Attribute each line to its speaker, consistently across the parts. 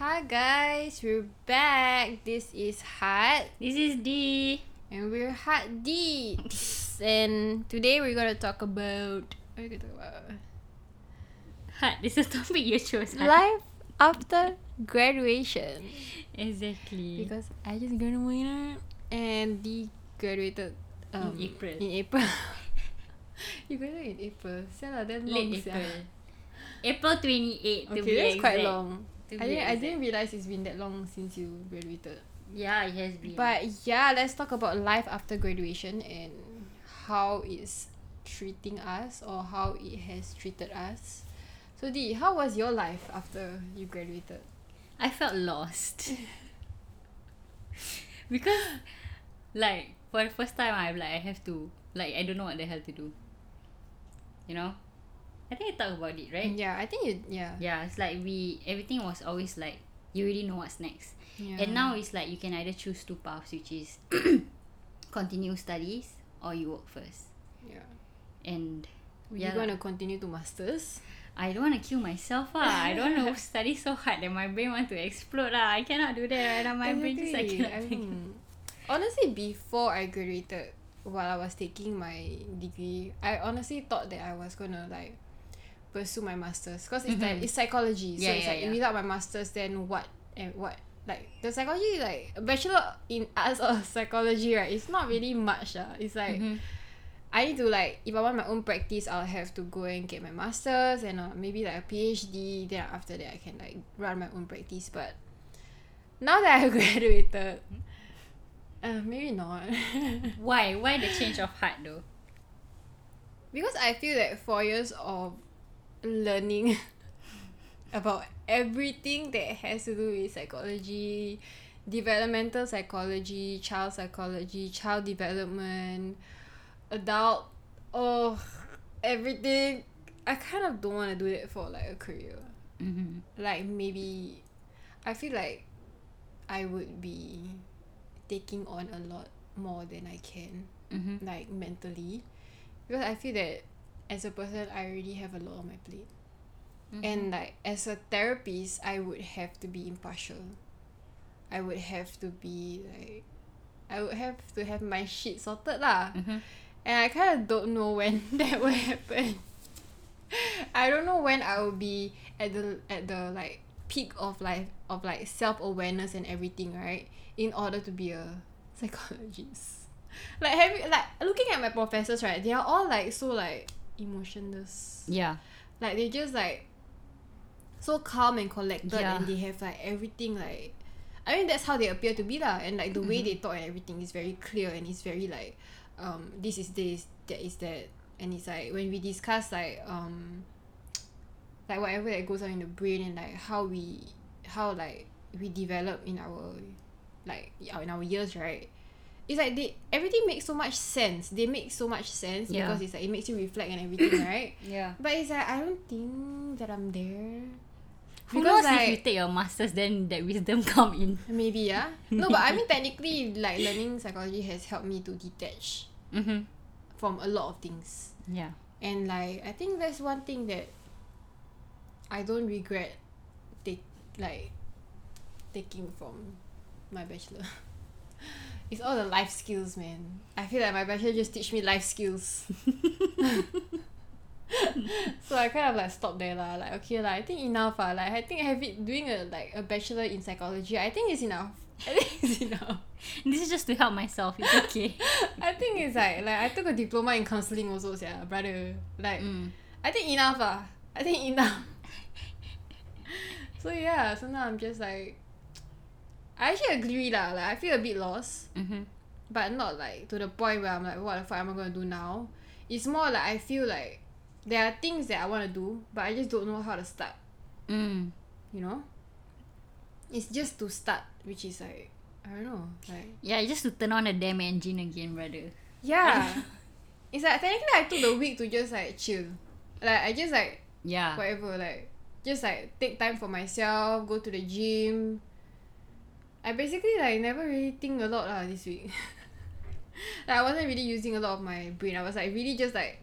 Speaker 1: Hi guys, we're back. This is Hard
Speaker 2: This is D.
Speaker 1: and we're Hard Deeds. and today we're gonna talk about what are we gonna talk about?
Speaker 2: Hard. This is topic you chose. Hard.
Speaker 1: Life after graduation.
Speaker 2: Exactly.
Speaker 1: Because I just graduated and D graduated um,
Speaker 2: In April.
Speaker 1: In April. you graduated in April. Sia lah, that long
Speaker 2: Late
Speaker 1: sia.
Speaker 2: April. April 28 to be
Speaker 1: Okay, that's
Speaker 2: exact.
Speaker 1: quite long.
Speaker 2: To
Speaker 1: I
Speaker 2: be
Speaker 1: didn't, I
Speaker 2: exact.
Speaker 1: didn't realize it's been that long since you graduated.
Speaker 2: Yeah, it has been.
Speaker 1: But yeah, let's talk about life after graduation and how it's treating us or how it has treated us. So Dee, how was your life after you graduated?
Speaker 2: I felt lost. because like for the first time I'm like I have to like I don't know what the hell to do. You know? I think I talked about it, right?
Speaker 1: Yeah, I think you yeah.
Speaker 2: Yeah, it's like we everything was always like you already know what's next.
Speaker 1: yeah.
Speaker 2: And now it's like you can either choose two paths, which is continue studies or you work first.
Speaker 1: yeah.
Speaker 2: And
Speaker 1: You're
Speaker 2: yeah,
Speaker 1: gonna continue to masters.
Speaker 2: I don't want to kill myself. Ah. I don't want to study so hard that my brain want to explode. Ah. I cannot do that right now. My brain just I
Speaker 1: Exactly.
Speaker 2: cannot
Speaker 1: I
Speaker 2: think.
Speaker 1: mean, Mm. honestly before I graduated while I was taking my degree, I honestly thought that I was gonna like pursue my masters because it's like it's psychology. so
Speaker 2: Mm-hmm. Yeah,
Speaker 1: it's
Speaker 2: yeah,
Speaker 1: like
Speaker 2: yeah.
Speaker 1: without my masters, then what and what like the psychology like a bachelor in arts or psychology right? It's not really much. Uh. it's like.
Speaker 2: Mm-hmm.
Speaker 1: I need to like if I want my own practice, I'll have to go and get my masters and uh, maybe like a PhD. Then after that, I can like run my own practice. But now that I graduated, uh, maybe not
Speaker 2: Why? Why the change of heart though?
Speaker 1: because I feel that four years of learning about everything that has to do with psychology, developmental psychology, child psychology, child development, adult, oh, everything. I kind of don't want to do that for like a career.
Speaker 2: Mm-hmm.
Speaker 1: Like maybe, I feel like I would be taking on a lot more than I can
Speaker 2: Mm-hmm.
Speaker 1: like mentally because I feel that as a person I already have a lot on my plate and like as a therapist I would have to be impartial I would have to be like I would have to have my shit sorted lah
Speaker 2: Mhm.
Speaker 1: and I kind of don't know when that will happen I don't know when I will be at the at the like peak of like of like self awareness and everything right in order to be a psychologist like having like looking at my professors right they are all like so like emotionless
Speaker 2: Yeah.
Speaker 1: like they just like so calm and collected
Speaker 2: Yeah.
Speaker 1: and they have like everything like I mean that's how they appear to be lah and like the
Speaker 2: Mm-hmm.
Speaker 1: way they talk and everything is very clear and it's very like um this is this that is that and it's like when we discuss like um like whatever that goes on in the brain and like how we how like we develop in our like in our years right it's like they everything makes so much sense they make so much sense
Speaker 2: Yeah.
Speaker 1: because it's like it makes you reflect and everything right
Speaker 2: Yeah.
Speaker 1: but it's like I don't think that I'm there.
Speaker 2: Who
Speaker 1: Because,
Speaker 2: knows if you
Speaker 1: like-
Speaker 2: take your masters, then that wisdom come in.
Speaker 1: Maybe yeah. No, but I mean technically, like learning psychology has helped me to detach
Speaker 2: Mm-hmm.
Speaker 1: from a lot of things,
Speaker 2: Yeah.
Speaker 1: and like I think that's one thing that I don't regret, take like taking from my bachelor. It's all the life skills, man. I feel like my bachelor just teach me life skills. so I kind of like stop there lah. Like okay lah, I think enough ah. Like I think I have it doing a like a bachelor in psychology. I think it's enough. I think it's enough.
Speaker 2: This is just to help myself. It's okay.
Speaker 1: I think it's like like I took a diploma in counselling also, yeah, brother. Like
Speaker 2: Mm.
Speaker 1: I think enough ah. I think enough. so yeah, so now I'm just like, I actually agree lah. Like I feel a bit lost.
Speaker 2: Mm-hmm.
Speaker 1: but not like to the point where I'm like, what the fuck am I gonna do now? It's more like I feel like there are things that I wanna do, but I just don't know how to start,
Speaker 2: Mm.
Speaker 1: you know? It's just to start, which is like, I don't know, like,
Speaker 2: Yeah, just to turn on the damn engine again, brother.
Speaker 1: yeah. it's like, technically, I took the week to just like chill. Like, I just like,
Speaker 2: Yeah.
Speaker 1: whatever, like, just like take time for myself, go to the gym. I basically like never really think a lot lah this week. like I wasn't really using a lot of my brain. I was like really just like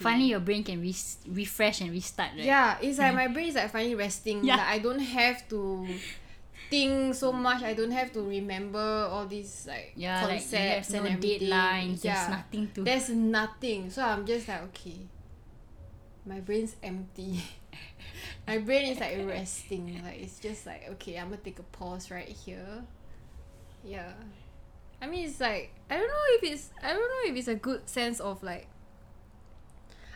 Speaker 2: Finally, your brain can re- refresh and restart, right? Mm-hmm.
Speaker 1: Yeah, it's like my brain is like finally resting.
Speaker 2: Yeah.
Speaker 1: Like I don't have to think so much. I don't have to remember all these like
Speaker 2: Yeah, like
Speaker 1: concepts
Speaker 2: you have no
Speaker 1: and everything.
Speaker 2: deadlines.
Speaker 1: Yeah.
Speaker 2: There's nothing to.
Speaker 1: There's nothing. So I'm just like, okay. My brain's empty. My brain is like resting. Like it's just like, okay, I'm gonna take a pause right here. Yeah. I mean it's like I don't know if it's I don't know if it's a good sense of like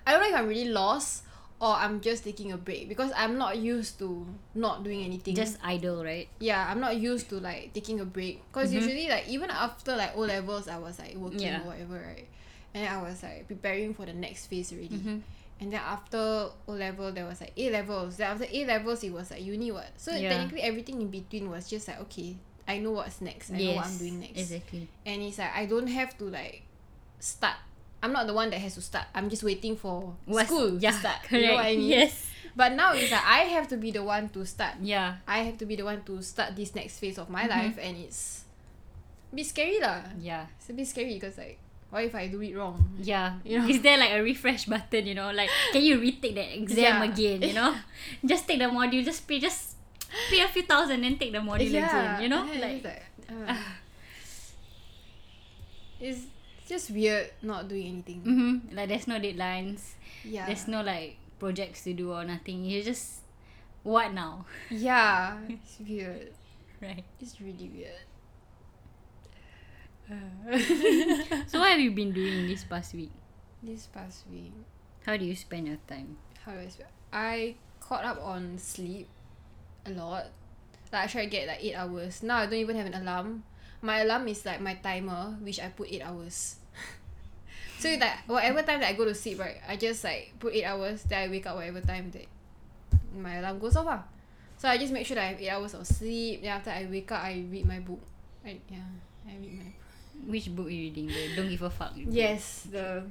Speaker 1: I don't know if I'm really lost or I'm just taking a break because I'm not used to not doing anything
Speaker 2: Just idle, right?
Speaker 1: yeah, I'm not used to like taking a break because usually like even after like O levels, I was like working
Speaker 2: Mm-hmm. Yeah.
Speaker 1: or whatever, right? And then I was like preparing for the next phase already.
Speaker 2: Mhm.
Speaker 1: And then after O level, there was like A levels. Then after A levels, it was like uni what. So
Speaker 2: Yeah.
Speaker 1: technically, everything in between was just like okay, I know what's next. I know what I'm doing next.
Speaker 2: Exactly.
Speaker 1: And it's like I don't have to like start. I'm not the one that has to start. I'm just waiting for
Speaker 2: What's-
Speaker 1: school
Speaker 2: yeah,
Speaker 1: to start.
Speaker 2: Correct.
Speaker 1: You know what I mean?
Speaker 2: Yes.
Speaker 1: But now it's like I have to be the one to start.
Speaker 2: Yeah.
Speaker 1: I have to be the one to start this next phase of my
Speaker 2: Mm-hmm.
Speaker 1: life, and it's a bit scary lah.
Speaker 2: Yeah.
Speaker 1: It's a bit scary because like, what if I do it wrong?
Speaker 2: Yeah.
Speaker 1: You know?
Speaker 2: Is there like a refresh button, you know? Like can you retake that
Speaker 1: Yeah.
Speaker 2: exam again, you know? just take the module, just pay just pay a few thousand and take the module again, you know?
Speaker 1: and then
Speaker 2: Like
Speaker 1: it's
Speaker 2: ah.
Speaker 1: uh, it's just weird not doing anything.
Speaker 2: mm-hmm, like there's no deadlines.
Speaker 1: Yeah,
Speaker 2: There's no like projects to do or nothing. You just what now?
Speaker 1: yeah, it's weird.
Speaker 2: Right.
Speaker 1: It's really weird.
Speaker 2: So what have you been doing this past week?
Speaker 1: This past week,
Speaker 2: How do you spend your time?
Speaker 1: how do I sp- I caught up on sleep a lot. Like I try to get like eight hours. Now I don't even have an alarm. My alarm is like my timer, which I put eight hours. so it's like whatever time that I go to sleep, right, I just like put eight hours, then I wake up whatever time that my alarm goes off. Ah. So I just make sure that I have eight hours of sleep, then after I wake up I read my book. I, yeah, I read my
Speaker 2: Which book you reading? The Don't give a fuck. book?
Speaker 1: Yes, the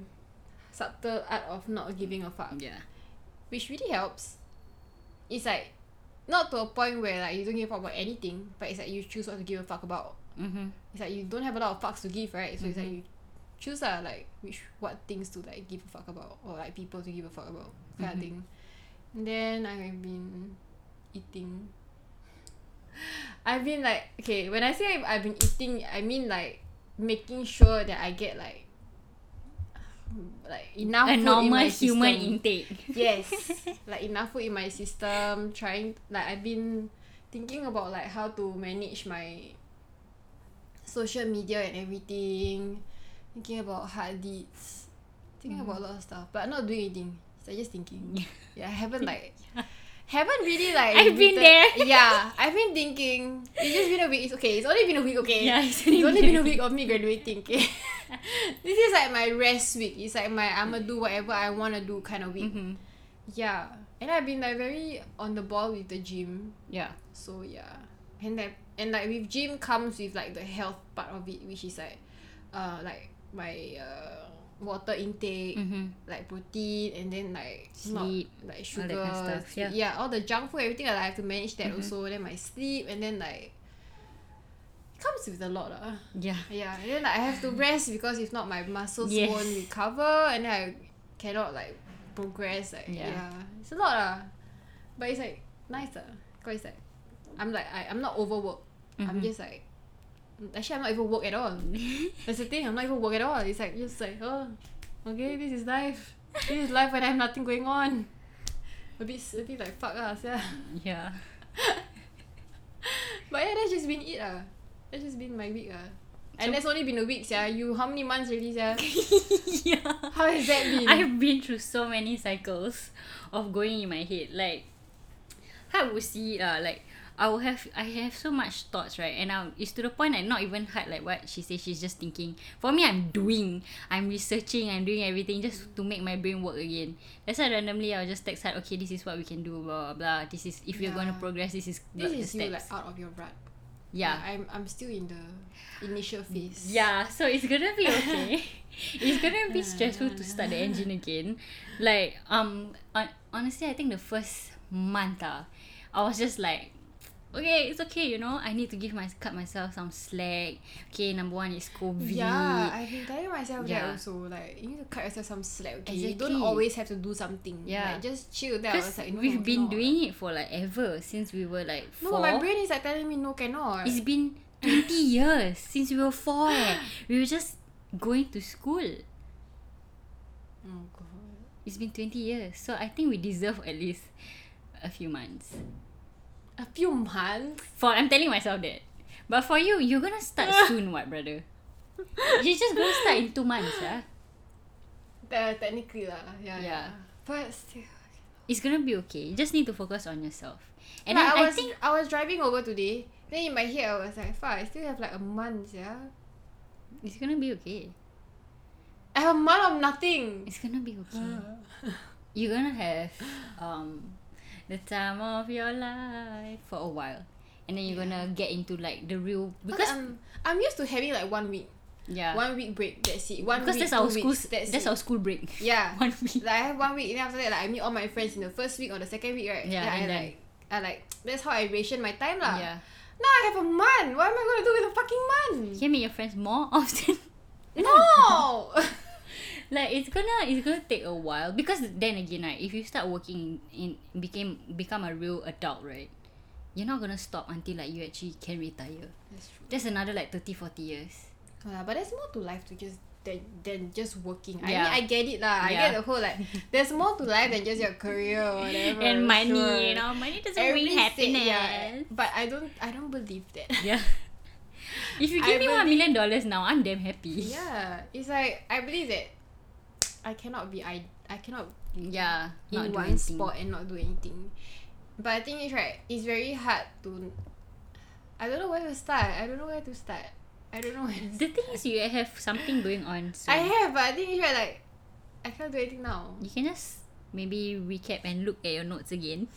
Speaker 1: subtle art of not giving a fuck
Speaker 2: Yeah.
Speaker 1: which really helps. It's like not to a point where like you don't give a fuck about anything, but it's like you choose what to give a fuck about.
Speaker 2: Mm-hmm.
Speaker 1: It's like you don't have a lot of fucks to give, right? So it's like you choose uh, like which what things to like give a fuck about or like people to give a fuck about kind of thing. And then I've been eating. I've been like okay when I say I've, I've been eating, I mean like making sure that I get like like enough
Speaker 2: A
Speaker 1: food in
Speaker 2: normal
Speaker 1: my
Speaker 2: human
Speaker 1: system.
Speaker 2: intake.
Speaker 1: Yes. like enough food in my system, trying like I've been thinking about like how to manage my social media and everything. Thinking about hard deeds. Thinking about a lot of stuff. But not doing anything. So I just thinking. yeah, I haven't like haven't really like
Speaker 2: I've been
Speaker 1: written-
Speaker 2: there.
Speaker 1: yeah. I've been thinking. It's just been a week. It's okay. It's only been a week, okay.
Speaker 2: Yeah,
Speaker 1: it's
Speaker 2: it's
Speaker 1: only,
Speaker 2: only
Speaker 1: been
Speaker 2: been
Speaker 1: a week of me graduating, okay. this is like my rest week. It's like my I'ma do whatever I wanna do kind of week.
Speaker 2: Mm-hmm.
Speaker 1: Yeah. And I've been like very on the ball with the gym.
Speaker 2: Yeah.
Speaker 1: So yeah. And that and like with gym comes with like the health part of it, which is like uh like my uh water intake,
Speaker 2: Mm-hmm.
Speaker 1: like protein and then like not-
Speaker 2: Sleep,
Speaker 1: like
Speaker 2: all
Speaker 1: sugar
Speaker 2: that kind of stuff, Mm-hmm.
Speaker 1: sleep- yeah. all the junk food, everything like, I have to manage that also, then my sleep and then like it comes with a lot ah. lah.
Speaker 2: Yeah.
Speaker 1: Yeah, and then like, I have to rest because if not, my muscles
Speaker 2: Yes.
Speaker 1: won't recover, and then I cannot like progress. Like yeah,
Speaker 2: Yeah.
Speaker 1: it's a lot lah. But it's like nice lah. Cause it's like I'm like I, I'm not overworked.
Speaker 2: Mm-hmm.
Speaker 1: I'm just like actually I'm not even work at all. That's the thing. I'm not even work at all. It's like just like oh, okay, this is life. This is life when I have nothing going on. A bit, a bit like fuck ah, us, yeah.
Speaker 2: Yeah.
Speaker 1: But yeah, that's just been it ah. That's just been my week ah. And that's only been a week, yeah. You how many months already, yeah?
Speaker 2: yeah.
Speaker 1: How has that been?
Speaker 2: I've been through so many cycles of going in my head. Like, how I would see it, uh, like, I will have I have so much thoughts, right? And now it's to the point I'm not even hard like what she says. She's just thinking. For me, I'm doing, I'm researching, I'm doing everything just to make my brain work again. That's why randomly I'll just text her, okay, this is what we can do, blah blah. blah. This is if you're gonna
Speaker 1: Yeah.
Speaker 2: progress, this is
Speaker 1: This
Speaker 2: the
Speaker 1: is you like
Speaker 2: steps.
Speaker 1: out of your rut.
Speaker 2: yeah.
Speaker 1: Like, I'm I'm still in the initial phase.
Speaker 2: Yeah, so it's gonna be okay. it's gonna be stressful to start the engine again. Like um, on- honestly, I think the first month ah, I was just like, okay, it's okay, you know. I need to give my cut myself some slack. Okay, number one is COVID.
Speaker 1: Yeah, I've been telling myself that
Speaker 2: Yeah.
Speaker 1: also. Like, you need to cut yourself some slack. Okay? You don't
Speaker 2: Exactly.
Speaker 1: always have to do something.
Speaker 2: Yeah.
Speaker 1: Like, just chill there. I was
Speaker 2: Because
Speaker 1: like, no,
Speaker 2: we've been
Speaker 1: cannot.
Speaker 2: doing it for like ever since we were like
Speaker 1: No,
Speaker 2: four.
Speaker 1: my brain is like telling me no, cannot.
Speaker 2: It's been twenty years since we were four. eh. We were just going to school.
Speaker 1: oh, God.
Speaker 2: It's been twenty years, so I think we deserve at least a few months.
Speaker 1: A few months?
Speaker 2: For I'm telling myself that. But for you, you're gonna start soon, what brother? You're just gonna start in two months, ah?
Speaker 1: Uh,
Speaker 2: yeah.
Speaker 1: technically, lah. Yeah, yeah.
Speaker 2: Yeah.
Speaker 1: But still.
Speaker 2: It's gonna be okay. You just need to focus on yourself. And
Speaker 1: like,
Speaker 2: I,
Speaker 1: I, was,
Speaker 2: I think
Speaker 1: I was driving over today. Then in my head, I was like, fuck, I still have like a month, yeah.
Speaker 2: it's gonna be okay.
Speaker 1: I have a month of nothing.
Speaker 2: It's gonna be okay. You're gonna have um the time of your life for a while. And then you're gonna get into like the real
Speaker 1: Because
Speaker 2: because
Speaker 1: I'm, I'm used to having like one week.
Speaker 2: yeah.
Speaker 1: um, One week break, that's it. One
Speaker 2: because
Speaker 1: week,
Speaker 2: that's our
Speaker 1: two
Speaker 2: school
Speaker 1: weeks, that's,
Speaker 2: that's
Speaker 1: it.
Speaker 2: our school break.
Speaker 1: Yeah.
Speaker 2: One week.
Speaker 1: Like I have one week, and then after that, like I meet all my friends in the first week or the second week, right?
Speaker 2: Yeah,
Speaker 1: Then I
Speaker 2: and then-
Speaker 1: like, I like that's how I ration my time lah.
Speaker 2: Yeah.
Speaker 1: Now I have a month. What am I gonna do with a fucking month?
Speaker 2: You can meet your friends more often.
Speaker 1: No.
Speaker 2: like it's gonna it's gonna take a while because then again right if you start working in became become a real adult right you're not gonna stop until like you actually can retire
Speaker 1: that's true.
Speaker 2: that's another like 30 40 years
Speaker 1: Yeah, but there's more to life to just than than just working. I mean,
Speaker 2: Yeah.
Speaker 1: I get it lah. I
Speaker 2: Yeah.
Speaker 1: get the whole like. There's more to life than just your career or whatever.
Speaker 2: and money
Speaker 1: sure.
Speaker 2: you know money doesn't
Speaker 1: Every
Speaker 2: bring
Speaker 1: si-
Speaker 2: happiness
Speaker 1: yeah,
Speaker 2: yeah,
Speaker 1: but I don't. I don't believe that.
Speaker 2: if you
Speaker 1: I
Speaker 2: give me one million dollars now i'm damn happy
Speaker 1: yeah, it's like I believe that I cannot be. I I cannot
Speaker 2: yeah not
Speaker 1: in
Speaker 2: do
Speaker 1: one
Speaker 2: anything.
Speaker 1: spot and not do anything. But I think it's right. It's very hard to. I don't know where to start. I don't know where to start. I don't know. Where to
Speaker 2: the thing is you have something going on so
Speaker 1: I have, but I think it's right. Like, I can't do anything now.
Speaker 2: you can just maybe recap and look at your notes again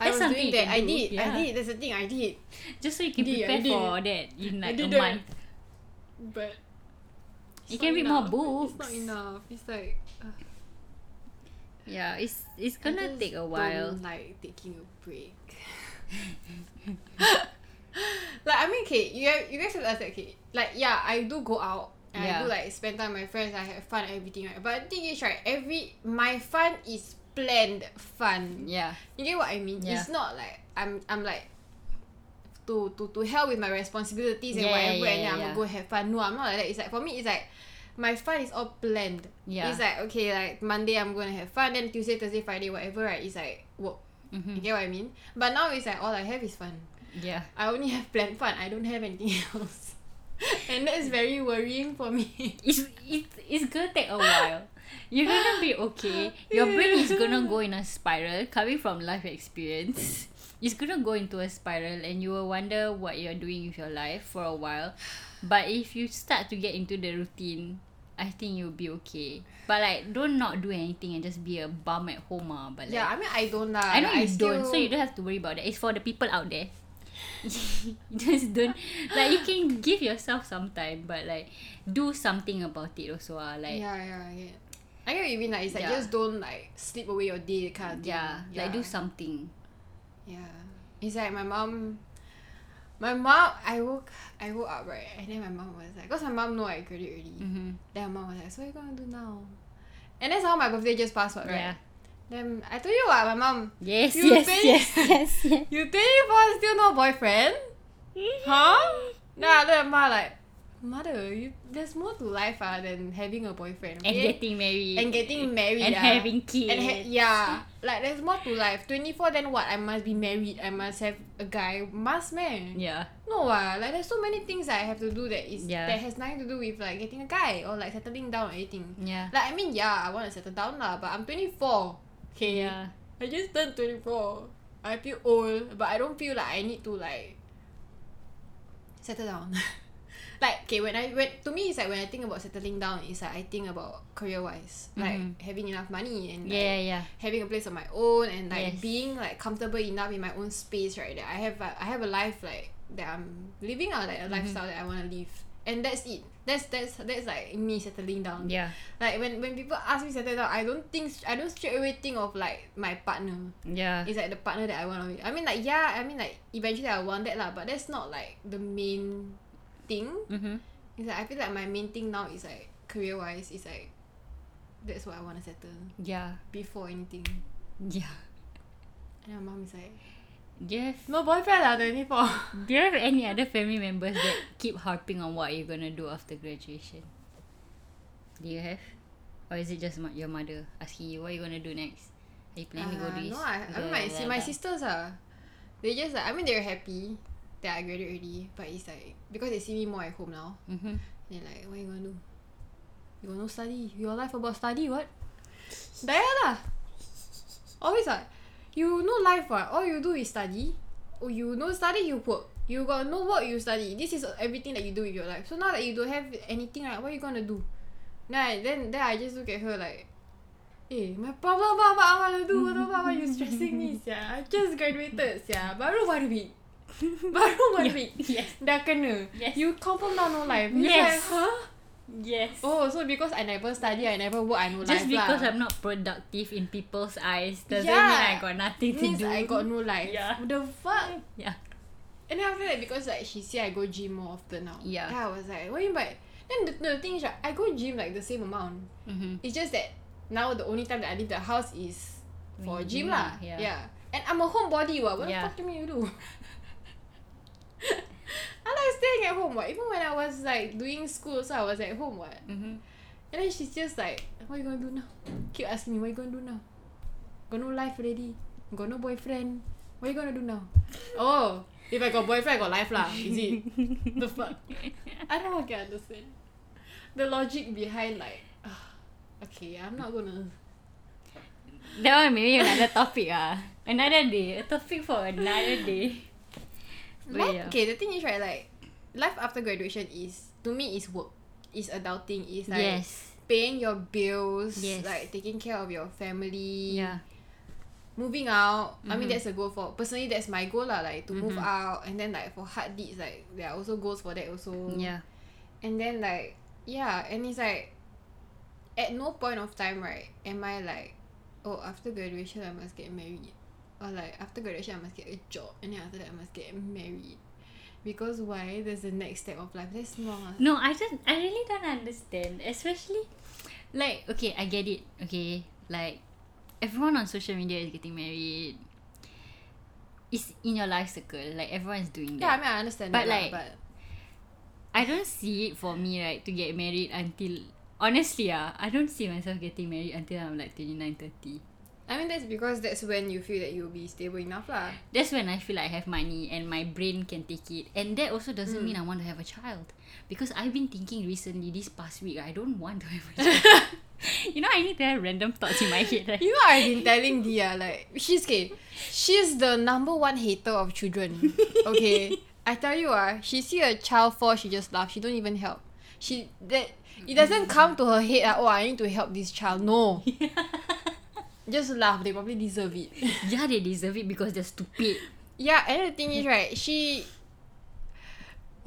Speaker 1: I was
Speaker 2: That's something
Speaker 1: doing
Speaker 2: you
Speaker 1: that.
Speaker 2: can
Speaker 1: I
Speaker 2: do,
Speaker 1: did. I
Speaker 2: yeah.
Speaker 1: did. That's the thing. I did.
Speaker 2: just so you can
Speaker 1: Did, I
Speaker 2: prepare
Speaker 1: did.
Speaker 2: for that in like a
Speaker 1: did that.
Speaker 2: month
Speaker 1: But
Speaker 2: You
Speaker 1: it's
Speaker 2: can
Speaker 1: not
Speaker 2: read
Speaker 1: enough.
Speaker 2: more
Speaker 1: It's not
Speaker 2: books.
Speaker 1: enough. It's like uh,
Speaker 2: Yeah, it's
Speaker 1: I
Speaker 2: it's gonna
Speaker 1: just
Speaker 2: take a
Speaker 1: don't
Speaker 2: while.
Speaker 1: like taking a break. like I mean, okay, you have, you guys have to understand, okay, like yeah, I do go out and I
Speaker 2: Yeah.
Speaker 1: do like spend time with my friends. I have fun and everything, right? But the thing is, right, every my fun is planned fun.
Speaker 2: Yeah,
Speaker 1: You get what I mean?
Speaker 2: Yeah.
Speaker 1: It's not like I'm I'm like to to to hell with my responsibilities and
Speaker 2: Yeah, yeah,
Speaker 1: whatever,
Speaker 2: yeah,
Speaker 1: and then
Speaker 2: yeah,
Speaker 1: I'm
Speaker 2: yeah.
Speaker 1: gonna go have fun. No, I'm not like that. It's like for me, it's like my fun is all planned.
Speaker 2: Yeah.
Speaker 1: It's like okay, like Monday I'm gonna have fun, then Tuesday, Thursday, Friday, whatever. Right? It's like work. You
Speaker 2: mm-hmm.
Speaker 1: get what I mean? But now it's like all I have is fun.
Speaker 2: yeah.
Speaker 1: I only have planned fun. I don't have anything else. and that's very worrying for me.
Speaker 2: It's it's it's gonna take a while. You're gonna be okay. Your brain is gonna go in a spiral coming from life experience. It's gonna go into a spiral, and you will wonder what you're doing with your life for a while. But if you start to get into the routine, I think you'll be okay. But like, don't not do anything and just be a bum at home, ah. But like,
Speaker 1: yeah, I mean I don't lah.
Speaker 2: I know
Speaker 1: Like,
Speaker 2: you don't, so
Speaker 1: still-
Speaker 2: you don't have to worry about that. It's for the people out there. just don't like you can give yourself some time, but like do something about it also. Ah, like yeah,
Speaker 1: Yeah, yeah, yeah. I get what you mean. Like, it's like
Speaker 2: Yeah.
Speaker 1: just don't like sleep away your day that kind of thing.
Speaker 2: like do something.
Speaker 1: Yeah, it's like my mom. My mom, I woke, I woke up right, and then my mom was like, cause my mom know I graduate already.
Speaker 2: Mm-hmm.
Speaker 1: Then my mom was like, so what you gonna do now? And that's how my birthday just passed, what, right?
Speaker 2: Yeah.
Speaker 1: Then I told you what, my mom,
Speaker 2: Yes,
Speaker 1: You
Speaker 2: yes,
Speaker 1: think-
Speaker 2: yes, yes, yes,
Speaker 1: you twenty four still no boyfriend, huh? Then I look at ma like, mother, you there's more to life ah than having a boyfriend.
Speaker 2: And
Speaker 1: okay?
Speaker 2: getting married.
Speaker 1: and getting married
Speaker 2: And
Speaker 1: ah.
Speaker 2: having kids.
Speaker 1: and ha- yeah like there's more to life 24 then what i must be married i must have a guy must man
Speaker 2: yeah.
Speaker 1: no ah like there's so many things that i have to do that is
Speaker 2: Yeah.
Speaker 1: that has nothing to do with like getting a guy or like settling down or anything
Speaker 2: Yeah.
Speaker 1: like i mean yeah i want to settle down lah but i'm 24 okay
Speaker 2: Yeah.
Speaker 1: i just turned 24 i feel old but i don't feel like i need to like settle down like okay when I when to me it's like when I think about settling down it's like I think about career wise like
Speaker 2: Mhm.
Speaker 1: having enough money and like,
Speaker 2: Yeah, yeah.
Speaker 1: having a place of my own and like
Speaker 2: Yes.
Speaker 1: being like comfortable enough in my own
Speaker 2: Mm-hmm.
Speaker 1: space right that I have a, I have a life like that I'm living out like a lifestyle that I want to live and that's it. That's that's that's like me settling down.
Speaker 2: Yeah.
Speaker 1: Like when when people ask me settle down, I don't think I don't straight away think of like my partner.
Speaker 2: Yeah.
Speaker 1: It's like the partner that I want. to be. I mean like yeah, I mean like eventually I want that lah, but that's not like the main thing.
Speaker 2: mm-hmm.
Speaker 1: It's like I feel like my main thing now is like career wise is like that's what I want to settle
Speaker 2: Yeah.
Speaker 1: before anything.
Speaker 2: Yeah.
Speaker 1: And my mom is like
Speaker 2: Do you have
Speaker 1: no boyfriend lah Uh, twenty four.
Speaker 2: Do you have any other family members that keep harping on what you're gonna do after graduation? Do you have, or is it just mo- your mother asking you what you gonna do next? Are you planning to go
Speaker 1: Ah,
Speaker 2: do this?
Speaker 1: No, I, I mean my,
Speaker 2: go blah,
Speaker 1: si-
Speaker 2: blah,
Speaker 1: my
Speaker 2: blah.
Speaker 1: sisters are. They just like I mean they're happy that I graduated already, but it's like because they see me more at home now.
Speaker 2: Mhm.
Speaker 1: They're like, what you gonna do? You gonna study? Your life about study what? Diana, always like, you know life what? All you do is study. Oh, you no study you work. You got no work you study. This is everything that you do with your life. So now that you don't have anything right, what you gonna do? Then I, then then I just look at her like, eh, my problem what, what I wanna do, what, what, what you stressing me sia? I just graduated sia, baru one week. baru one week.
Speaker 2: Yes.
Speaker 1: Dah kena.
Speaker 2: Yes.
Speaker 1: You confirm now no life. It's Like,
Speaker 2: Yes.
Speaker 1: huh?
Speaker 2: Yes.
Speaker 1: Oh, so because I never study, I never work, I no
Speaker 2: just
Speaker 1: life
Speaker 2: because
Speaker 1: lah.
Speaker 2: I'm not productive in people's eyes doesn't mean
Speaker 1: Yeah.
Speaker 2: I got nothing to
Speaker 1: means
Speaker 2: do.
Speaker 1: I got no life.
Speaker 2: Yeah.
Speaker 1: The fuck?
Speaker 2: Yeah.
Speaker 1: And then after that, because like she say I go gym more often now.
Speaker 2: Yeah.
Speaker 1: Then I was like, what do you mean by? Then the, the thing is, right, I go gym like the same amount.
Speaker 2: Mm-hmm.
Speaker 1: It's just that now the only time that I leave the house is for
Speaker 2: When you
Speaker 1: gym
Speaker 2: gym
Speaker 1: lah.
Speaker 2: lah, yeah.
Speaker 1: And I'm a homebody what. What
Speaker 2: Yeah.
Speaker 1: the fuck do you mean you do? I like staying at home what. Even when I was like doing school, so I was at home what.
Speaker 2: Mm-hmm.
Speaker 1: And then she's just like, what you gonna do now? Keep asking me, what you gonna do now? Got no life already. Got no boyfriend. What you gonna do now? oh, if I got boyfriend, I got life lah. Is it? the fuck? I don't fucking understand. The logic behind like, ah, okay, I'm not gonna.
Speaker 2: That one maybe another topic ah. Another day. A topic for another day. But
Speaker 1: Life,
Speaker 2: yeah.
Speaker 1: Okay, the thing is right, like, life after graduation is to me is work, is adulting, is like
Speaker 2: yes.
Speaker 1: paying your bills,
Speaker 2: Yes.
Speaker 1: like taking care of your family,
Speaker 2: Yeah.
Speaker 1: moving out. I
Speaker 2: Mm-hmm.
Speaker 1: mean, that's a goal for personally. That's my goal lah, like to move out, and then like for hard deeds, like there are also goals for that also.
Speaker 2: Yeah.
Speaker 1: And then like yeah, and it's like at no point of time right am I like oh after graduation I must get married or like after graduation I must get a job and then after that I must get married because why? There's the next step of life. That's not.
Speaker 2: No, I don't. I really don't understand. Especially, like, okay, I get it. Okay, like, everyone on social media is getting married. It's in your life circle. Like everyone's doing
Speaker 1: Yeah, I
Speaker 2: that.
Speaker 1: mean I understand that,
Speaker 2: But
Speaker 1: lah,
Speaker 2: like-
Speaker 1: but
Speaker 2: I don't see it for me right to get married until honestly ah, I don't see myself getting married until I'm like 29, 30.
Speaker 1: I mean that's because that's when you feel that you'll be stable enough lah.
Speaker 2: That's when I feel like I have money and my brain can take it. And that also doesn't mean I
Speaker 1: Hmm.
Speaker 2: want to have a child. Because I've been thinking recently, this past week, I don't want to have a child. you know, I need to have random thoughts in my head, right?
Speaker 1: You know I've been telling Dia like she's okay. She's the number one hater of children. Okay. I tell you ah, she see a child fall, she just laugh. She don't even help. She that it doesn't come to her head ah, oh I need to help this child. No. just laugh, they probably deserve it.
Speaker 2: yeah, they deserve it because they're stupid.
Speaker 1: Yeah, and the thing is right, she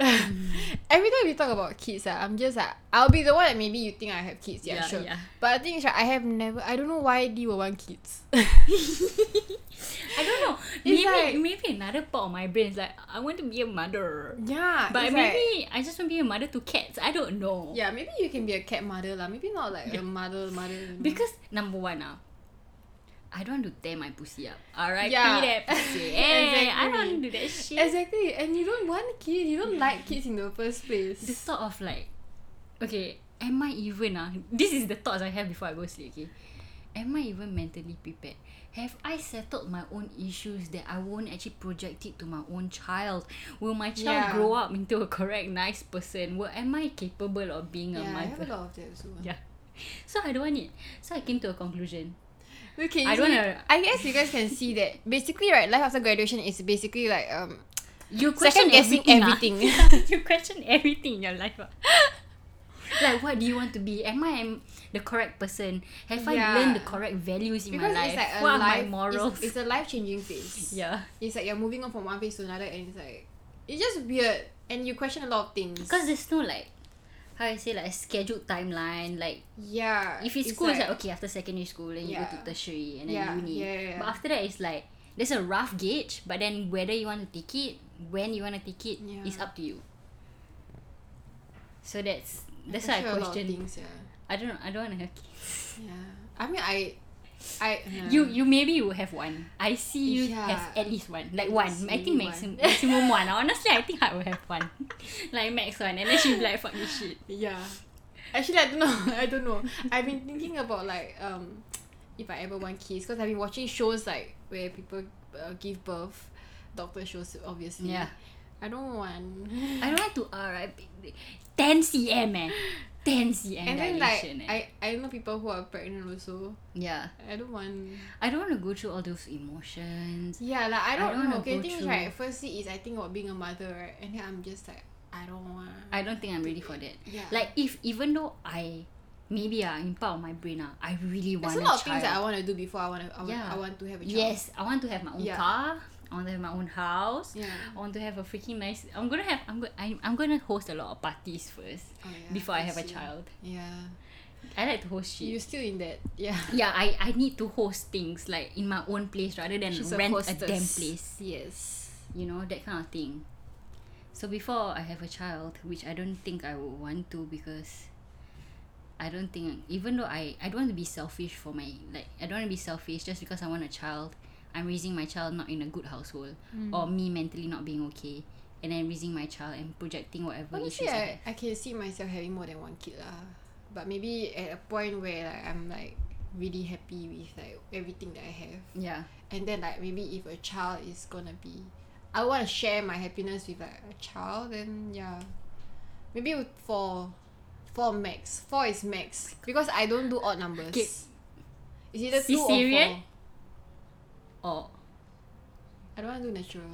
Speaker 1: Every time we talk about kids, ah, I'm just like I'll be the one that maybe you think I have kids, yeah,
Speaker 2: Yeah,
Speaker 1: sure.
Speaker 2: yeah.
Speaker 1: But the thing is right, I have never I don't know why Dee will want kids.
Speaker 2: I don't know.
Speaker 1: It's
Speaker 2: Maybe
Speaker 1: like-
Speaker 2: maybe another part of my brain is like, I want to be a mother.
Speaker 1: yeah.
Speaker 2: But
Speaker 1: it's like-
Speaker 2: maybe I just want to be a mother to cats. I don't know.
Speaker 1: Yeah, maybe you can be a cat mother lah. Maybe not like a mother mother. you know.
Speaker 2: Because number one ah, I don't want to tear my pussy up. Alright,
Speaker 1: Yeah.
Speaker 2: that pussy. Eh, I
Speaker 1: Exactly.
Speaker 2: don't want to do that shit.
Speaker 1: exactly, and you don't want kids. You don't like kids in the first
Speaker 2: the
Speaker 1: place.
Speaker 2: thought of like, okay, am I even ah? This is the thoughts I have before I go sleep. Okay, am I even mentally prepared? Have I settled my own issues that I won't actually project it to my own child? Will my child
Speaker 1: Yeah.
Speaker 2: grow up into a correct, nice person? Well, am I capable of being
Speaker 1: Yeah,
Speaker 2: a
Speaker 1: I have a
Speaker 2: mother?
Speaker 1: lot of that also.
Speaker 2: Yeah. So I don't want it. So I came to a conclusion.
Speaker 1: Okay,
Speaker 2: I
Speaker 1: I don't
Speaker 2: don't know.
Speaker 1: I guess you guys can see that basically, right? Life after graduation is basically like um
Speaker 2: You
Speaker 1: second
Speaker 2: question
Speaker 1: guessing
Speaker 2: everything.
Speaker 1: everything.
Speaker 2: ah. you question everything in your life. ah. like what do you want to be? Am I am the correct person? Have I
Speaker 1: Yeah.
Speaker 2: learned the correct values in
Speaker 1: because
Speaker 2: my life?
Speaker 1: it's like a
Speaker 2: what are
Speaker 1: life.
Speaker 2: my morals?
Speaker 1: It's, it's a life changing phase.
Speaker 2: yeah.
Speaker 1: It's like you're moving on from one phase to another, and it's like it's just weird and you question a lot of things.
Speaker 2: Because there's no like how I say like a scheduled timeline. Like
Speaker 1: yeah,
Speaker 2: if it's, school, it's like okay after secondary school, then you go
Speaker 1: Yeah.
Speaker 2: to tertiary and then
Speaker 1: Yeah,
Speaker 2: uni.
Speaker 1: yeah, yeah, yeah.
Speaker 2: But after that, it's like there's a rough gauge. But then whether you want to take it, when you want to take it,
Speaker 1: Yeah.
Speaker 2: is up to you. So that's that's
Speaker 1: I
Speaker 2: why I
Speaker 1: a lot of
Speaker 2: question.
Speaker 1: things. Yeah,
Speaker 2: I don't. I don't want to have kids.
Speaker 1: yeah. I mean, I, I
Speaker 2: You you maybe you have one. I see you
Speaker 1: Yeah.
Speaker 2: have at least one. Like
Speaker 1: At
Speaker 2: one.
Speaker 1: least
Speaker 2: I think
Speaker 1: maybe
Speaker 2: maximum
Speaker 1: one.
Speaker 2: maximum one. Honestly I think I will have one. like max one. And then she'll be like fuck this shit.
Speaker 1: Yeah. Actually, I don't know. I don't know. I've been thinking about like um, if I ever want kids because I've been watching shows like where people uh, give birth, doctor shows obviously.
Speaker 2: Yeah.
Speaker 1: I don't want.
Speaker 2: I don't want to R I ten cm eh. Ten cm
Speaker 1: And then like
Speaker 2: dilation eh.
Speaker 1: I I know people who are pregnant also.
Speaker 2: yeah.
Speaker 1: I don't want.
Speaker 2: I don't want to go through all those emotions.
Speaker 1: Yeah, like I don't,
Speaker 2: don't wanna
Speaker 1: know. Okay,
Speaker 2: go
Speaker 1: things
Speaker 2: through-
Speaker 1: right. Firstly, is I think about being a mother, right? And then I'm just like I don't want.
Speaker 2: I don't think I'm ready for that.
Speaker 1: Yeah.
Speaker 2: Like if even though I maybe uh, in part of my brain uh, I really want
Speaker 1: There's a lot of
Speaker 2: child.
Speaker 1: things that I want to do before I want to. I, want-
Speaker 2: Yeah.
Speaker 1: I want to have a child.
Speaker 2: Yes, I want to have my own
Speaker 1: Yeah.
Speaker 2: car. I want to have my own house.
Speaker 1: Yeah.
Speaker 2: I want to have a freaking nice. I'm gonna have. I'm gonna. I'm, I'm gonna host a lot of parties first
Speaker 1: Oh, yeah,
Speaker 2: before
Speaker 1: I
Speaker 2: I have a
Speaker 1: see.
Speaker 2: child.
Speaker 1: Yeah.
Speaker 2: I like to host shit.
Speaker 1: You still in that? Yeah.
Speaker 2: yeah, I, I need to host things like in my own place rather than
Speaker 1: She's
Speaker 2: rent a,
Speaker 1: hostess.
Speaker 2: damn place.
Speaker 1: Yes.
Speaker 2: You know that kind of thing. So before I have a child, which I don't think I would want to because I don't think even though I I don't want to be selfish for my like I don't want to be selfish just because I want a child. I'm raising my child not in a good household or me mentally not being okay and then raising my child and projecting whatever
Speaker 1: Honestly,
Speaker 2: issues I have.
Speaker 1: I, I can see myself having more than one kid lah. But maybe at a point where like I'm like really happy with like everything that I have,
Speaker 2: Yeah.
Speaker 1: and then like maybe if a child is gonna be, I want to share my happiness with like a child. Then yeah, maybe with four, four max. Four is max because I don't do odd numbers.
Speaker 2: Okay.
Speaker 1: It's either two or
Speaker 2: Caesarean?
Speaker 1: four.
Speaker 2: Or
Speaker 1: I don't want to do natural.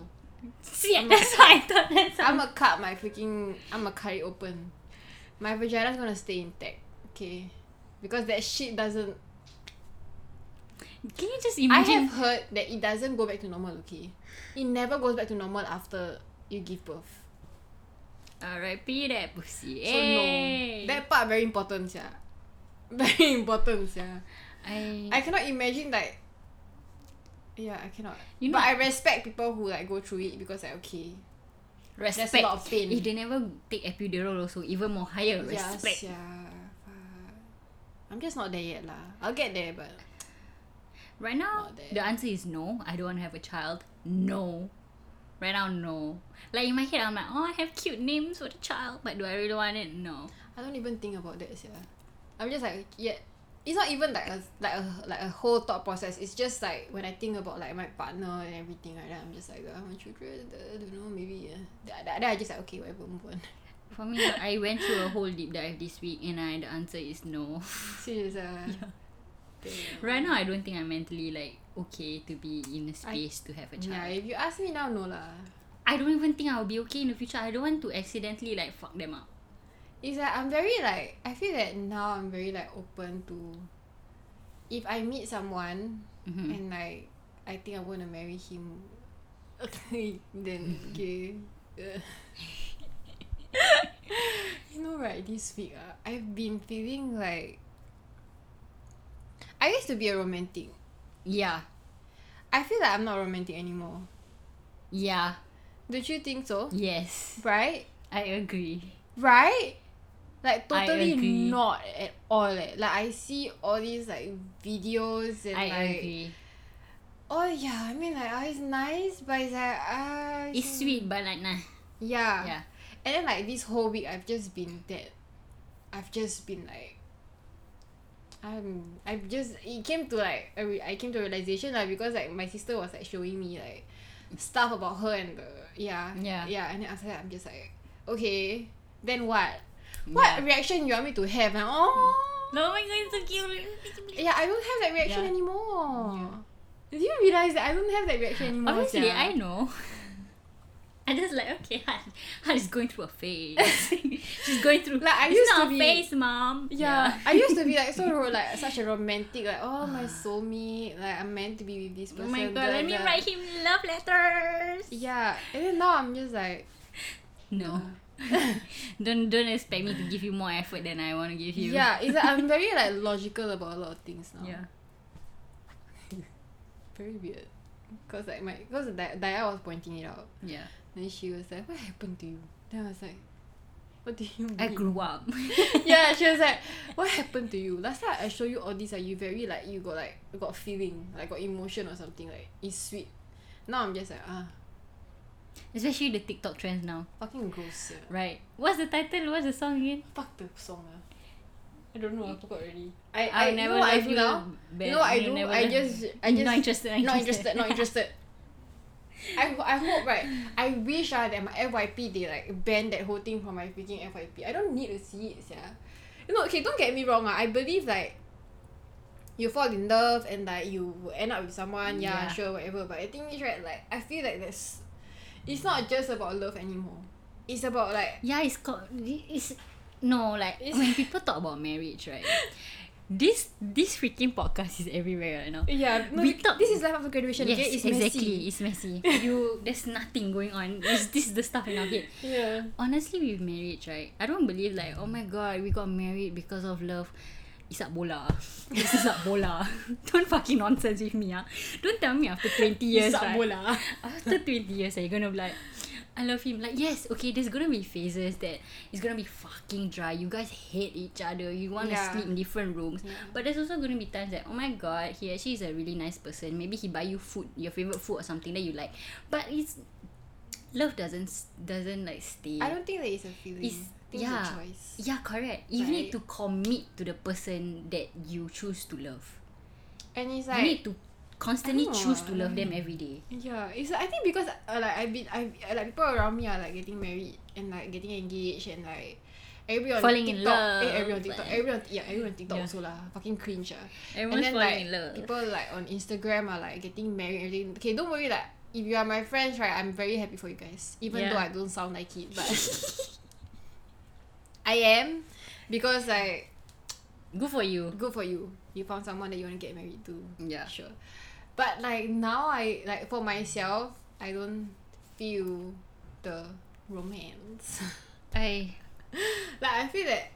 Speaker 2: see, that's how I thought. That's how.
Speaker 1: I'm gonna cut my freaking. I'm gonna cut it open. My vagina's gonna stay intact, okay? Because that shit doesn't.
Speaker 2: Can you just
Speaker 1: I
Speaker 2: imagine?
Speaker 1: have heard that it doesn't go back to normal, okay? It never goes back to normal after you give birth.
Speaker 2: R.I.P. that pussy.
Speaker 1: So no,
Speaker 2: eh.
Speaker 1: that part very important, yeah. Very important, yeah.
Speaker 2: I,
Speaker 1: I cannot imagine like. Yeah, I cannot.
Speaker 2: You
Speaker 1: but
Speaker 2: know-
Speaker 1: I respect people who like go through it because like okay,
Speaker 2: respect.
Speaker 1: there's a lot of pain.
Speaker 2: If they never take epidural, also even more higher
Speaker 1: Yes,
Speaker 2: respect.
Speaker 1: yeah. fuck. I'm just not there yet lah. I'll get there, but
Speaker 2: Right now,
Speaker 1: Not there.
Speaker 2: the answer is no. I don't want to have a child. No. Right now, no. Like in my head, I'm like, oh, I have cute names for the child, but do I really want it? No.
Speaker 1: I don't even think about that, yeah. I'm just like, yeah. It's not even like a like a like a whole thought process. It's just like when I think about like my partner and everything like that, I'm just like, I want children. I don't know, maybe. Yeah. Th- th- Then I just like, okay, whatever, move on.
Speaker 2: For me, I went through a whole deep dive this week, and I, the answer is no.
Speaker 1: Serious, ah.
Speaker 2: Right now, I don't think I'm mentally like okay to be in a space to have a child.
Speaker 1: Yeah, if you ask me now, no lah.
Speaker 2: I don't even think I'll be okay in the future. I don't want to accidentally like fuck them up.
Speaker 1: It's like I'm very like I feel that now I'm very like open to if I meet someone
Speaker 2: Mhm.
Speaker 1: and like I think I want to marry him okay then okay Ugh. you know right this week uh, I've been feeling like I used to be a romantic
Speaker 2: Yeah,
Speaker 1: I feel like I'm not romantic anymore
Speaker 2: yeah,
Speaker 1: don't you think so
Speaker 2: yes,
Speaker 1: right
Speaker 2: I agree.
Speaker 1: Right? Like
Speaker 2: I
Speaker 1: totally
Speaker 2: agree.
Speaker 1: not at all. Eh. Like I see all these like videos and
Speaker 2: I
Speaker 1: like
Speaker 2: agree.
Speaker 1: oh yeah, I mean like oh, it's nice, but it's like ah
Speaker 2: It's sweet, but like nah.
Speaker 1: Yeah.
Speaker 2: Yeah,
Speaker 1: And then like this whole week I've just been that I've just been like I'm I've just it came to like a re- I came to a realization like because like my sister was like showing me like stuff about her and the yeah
Speaker 2: Yeah.
Speaker 1: yeah and then after that I'm just like okay then what what
Speaker 2: Yeah.
Speaker 1: reaction you want me to have and oh
Speaker 2: No, my god, it's so cute.
Speaker 1: yeah I don't have that reaction
Speaker 2: Mm. Yeah.
Speaker 1: anymore. Did you realize that I don't have that reaction anymore?
Speaker 2: Obviously,
Speaker 1: sia?
Speaker 2: I know. I just like okay, Han, Han is going through a phase. She's going through.
Speaker 1: Like, I
Speaker 2: it's
Speaker 1: used
Speaker 2: not
Speaker 1: to
Speaker 2: a
Speaker 1: be-
Speaker 2: phase, mom.
Speaker 1: Yeah. I used to be like so ro- like such a romantic like oh my soulmate like I'm meant to be with this
Speaker 2: Oh
Speaker 1: person.
Speaker 2: my god,
Speaker 1: da,
Speaker 2: let me
Speaker 1: da.
Speaker 2: write him love letters.
Speaker 1: Yeah, and then now I'm just like
Speaker 2: No. don't don't expect me to give you more effort than I want to give you.
Speaker 1: yeah, it's like I'm very like logical about a lot of things now.
Speaker 2: Yeah.
Speaker 1: very weird. Cause like my cause Di- Daya was pointing it out.
Speaker 2: Yeah.
Speaker 1: Then she was like, "What happened to you?" Then I was like, "What do you mean?"
Speaker 2: I grew up.
Speaker 1: yeah, she was like, "What happened to you?" Last time I show you all this, like you very like you got like got feeling, like got emotion or something. Like it's sweet. Now I'm just like ah,
Speaker 2: Especially the TikTok trends now.
Speaker 1: fucking gross. Yeah.
Speaker 2: Right. What's the title? What's the song again?
Speaker 1: Fuck the song ah. I don't know. I forgot already. I I
Speaker 2: I'll
Speaker 1: you
Speaker 2: never
Speaker 1: know what I
Speaker 2: love
Speaker 1: do
Speaker 2: you
Speaker 1: now.
Speaker 2: back.
Speaker 1: You know what I
Speaker 2: You'll
Speaker 1: do?
Speaker 2: never
Speaker 1: I
Speaker 2: love-
Speaker 1: just I just
Speaker 2: not interested.
Speaker 1: not interested. Not interested. I, ho- I hope right. I wish ah, that my FYP they like ban that whole thing from my freaking FYP. I don't need to see it, yeah. You know, okay, don't get me wrong. Ah, I believe like you fall in love and like you will end up with someone, yeah,
Speaker 2: Yeah.
Speaker 1: sure, whatever. But I think it's right, like I feel like that's it's not just about love anymore. It's about like
Speaker 2: Yeah, it's called. It's no like
Speaker 1: It's-
Speaker 2: when people talk about marriage, right? this this freaking podcast is everywhere right now.
Speaker 1: yeah, no,
Speaker 2: We
Speaker 1: th-
Speaker 2: talk-
Speaker 1: this is life after graduation, okay? It's
Speaker 2: exactly. It's messy. You there's nothing going on. It's, this is the stuff in our head.
Speaker 1: messy. Yeah.
Speaker 2: Honestly, with marriage, right? I don't believe like oh my god, we got married because of love. Isak bola. This is isak bola. Don't fucking nonsense with me, ah. Don't tell me after twenty years,
Speaker 1: Isak
Speaker 2: right?
Speaker 1: bola.
Speaker 2: after 20 years, you're gonna be like, I love him. Like, yes, okay, there's gonna be phases that it's gonna be fucking dry. You guys hate each other. You wanna
Speaker 1: Yeah.
Speaker 2: sleep in different rooms.
Speaker 1: Yeah.
Speaker 2: But there's also gonna be times that, oh my god, he actually is a really nice person. Maybe he buy you food, your favorite food or something that you like. But it's love doesn't s- doesn't like stay.
Speaker 1: I don't think that it's a feeling.
Speaker 2: It's-
Speaker 1: I think
Speaker 2: yeah.
Speaker 1: it's a choice.
Speaker 2: yeah, correct. You
Speaker 1: Right.
Speaker 2: need to commit to the person that you choose to love.
Speaker 1: And it's
Speaker 2: you
Speaker 1: like
Speaker 2: need to constantly
Speaker 1: know,
Speaker 2: choose to
Speaker 1: I
Speaker 2: love them every day.
Speaker 1: yeah, it's like, I think because uh, like I've been I uh, like people around me are like getting married and like getting engaged and like everyone
Speaker 2: Falling
Speaker 1: on
Speaker 2: in
Speaker 1: TikTok, eh,
Speaker 2: love
Speaker 1: everyone on TikTok,
Speaker 2: and-
Speaker 1: everyone on- yeah, everyone on TikTok
Speaker 2: Yeah.
Speaker 1: also lah, fucking cringe ah.
Speaker 2: Everyone's
Speaker 1: and then
Speaker 2: falling
Speaker 1: like
Speaker 2: in love.
Speaker 1: people like on Instagram are like getting married. and Everything. Okay, don't worry. Like if you are my friends, right, I'm very happy for you guys. Even
Speaker 2: Yeah.
Speaker 1: though I don't sound like it, but I am because like
Speaker 2: Good for you.
Speaker 1: good for you. You found someone that you want to get married to.
Speaker 2: Yeah.
Speaker 1: sure but like now i like for myself i don't feel the romance
Speaker 2: I
Speaker 1: like i feel that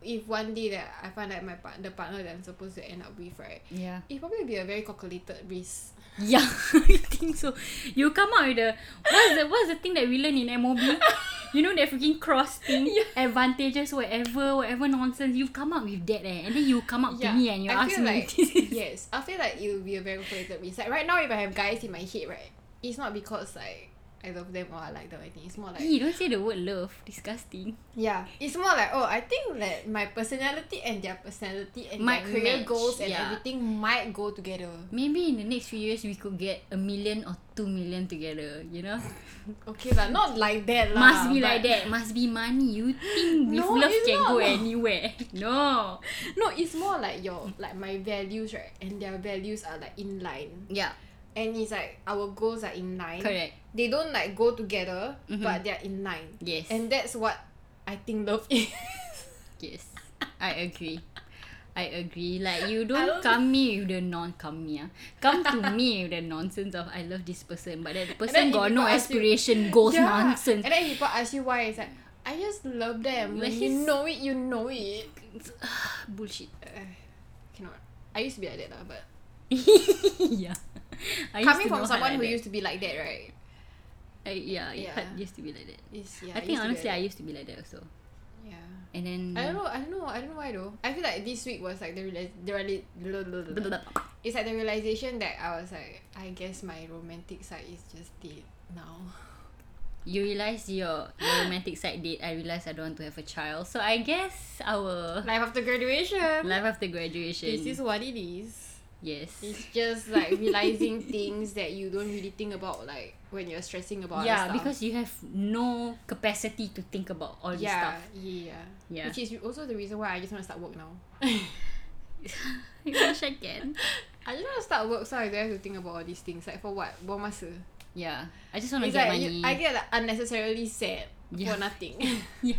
Speaker 1: if one day that i find out my part- the partner that i'm supposed to end up with right
Speaker 2: yeah.
Speaker 1: it probably be a very calculated risk
Speaker 2: Yeah, I think so. You come out with the what's the what's the thing that we learn in MOB? You know that freaking cross thing, advantages, whatever, whatever nonsense. You've come up with that, eh? and then you come up to me and you
Speaker 1: I
Speaker 2: ask
Speaker 1: feel like
Speaker 2: me. this is-
Speaker 1: yes i feel like it will be a very calculated risk like right now if i have guys in my head right it's not because like i love them or i like them i think it's more like
Speaker 2: Eh, don't say the word love. Disgusting.
Speaker 1: Yeah, it's more like oh, I think that my personality and their personality and
Speaker 2: Might
Speaker 1: my career
Speaker 2: match,
Speaker 1: goals and
Speaker 2: yeah.
Speaker 1: everything might go together.
Speaker 2: Maybe in the next few years we could get a million or two million together. You know,
Speaker 1: Okay lah, not like that lah.
Speaker 2: must be
Speaker 1: but-
Speaker 2: like that. Must be money. You think with
Speaker 1: No,
Speaker 2: love
Speaker 1: it's
Speaker 2: can
Speaker 1: not.
Speaker 2: go anywhere? No.
Speaker 1: No, it's more like your like my values right, and their values are like in line,
Speaker 2: Yeah.
Speaker 1: and it's like our goals are in line.
Speaker 2: Correct.
Speaker 1: They don't like go together,
Speaker 2: Mhm.
Speaker 1: but they're in line,
Speaker 2: Yes.
Speaker 1: and that's what I think love is.
Speaker 2: Yes, I agree. I agree. Like you
Speaker 1: I
Speaker 2: don't
Speaker 1: don't-
Speaker 2: come me with the non come me. ah. Come to me with the nonsense of I love this person, but that person
Speaker 1: if
Speaker 2: got
Speaker 1: people
Speaker 2: no
Speaker 1: ask you-
Speaker 2: aspiration, goals
Speaker 1: Yeah.
Speaker 2: nonsense.
Speaker 1: And then people ask you why, it's like I just love them. When
Speaker 2: Like
Speaker 1: you
Speaker 2: he's-
Speaker 1: know it, you know it.
Speaker 2: Bullshit.
Speaker 1: Cannot. I used to be like that lah, but.
Speaker 2: yeah. I used
Speaker 1: coming
Speaker 2: to
Speaker 1: from
Speaker 2: know
Speaker 1: someone
Speaker 2: hard
Speaker 1: who
Speaker 2: like that.
Speaker 1: used to be like that, right?
Speaker 2: I, yeah, yeah.
Speaker 1: Yeah.
Speaker 2: Hard used to be like that.
Speaker 1: Is yeah.
Speaker 2: I think honestly, I
Speaker 1: I.
Speaker 2: Mm. used to be like that also.
Speaker 1: Yeah.
Speaker 2: And then
Speaker 1: I don't know. I don't know. I don't know why though. I feel like this week was like the reali- the reali- blah, blah, blah,
Speaker 2: Blah,
Speaker 1: blah.
Speaker 2: blah, blah.
Speaker 1: it's like the realization that I was like, I guess my romantic side is just dead now.
Speaker 2: you realize your romantic side date. I realized I don't want to have a child, so I guess our
Speaker 1: Life after graduation.
Speaker 2: life after graduation.
Speaker 1: This is what it is.
Speaker 2: yes.
Speaker 1: It's just like realizing things that you don't really think about, like when you're stressing about.
Speaker 2: yeah,
Speaker 1: other stuff.
Speaker 2: because you have no capacity to think about all this
Speaker 1: yeah,
Speaker 2: stuff.
Speaker 1: yeah,
Speaker 2: Yeah.
Speaker 1: Which is also the reason why I just want to start work now.
Speaker 2: I wish I can.
Speaker 1: I just want to start work so I don't have to think about all these things. Like for what? Buang masa.
Speaker 2: Yeah. I just want to
Speaker 1: It's
Speaker 2: get
Speaker 1: like
Speaker 2: money.
Speaker 1: you, I get like unnecessarily sad
Speaker 2: Yeah.
Speaker 1: for nothing.
Speaker 2: yeah.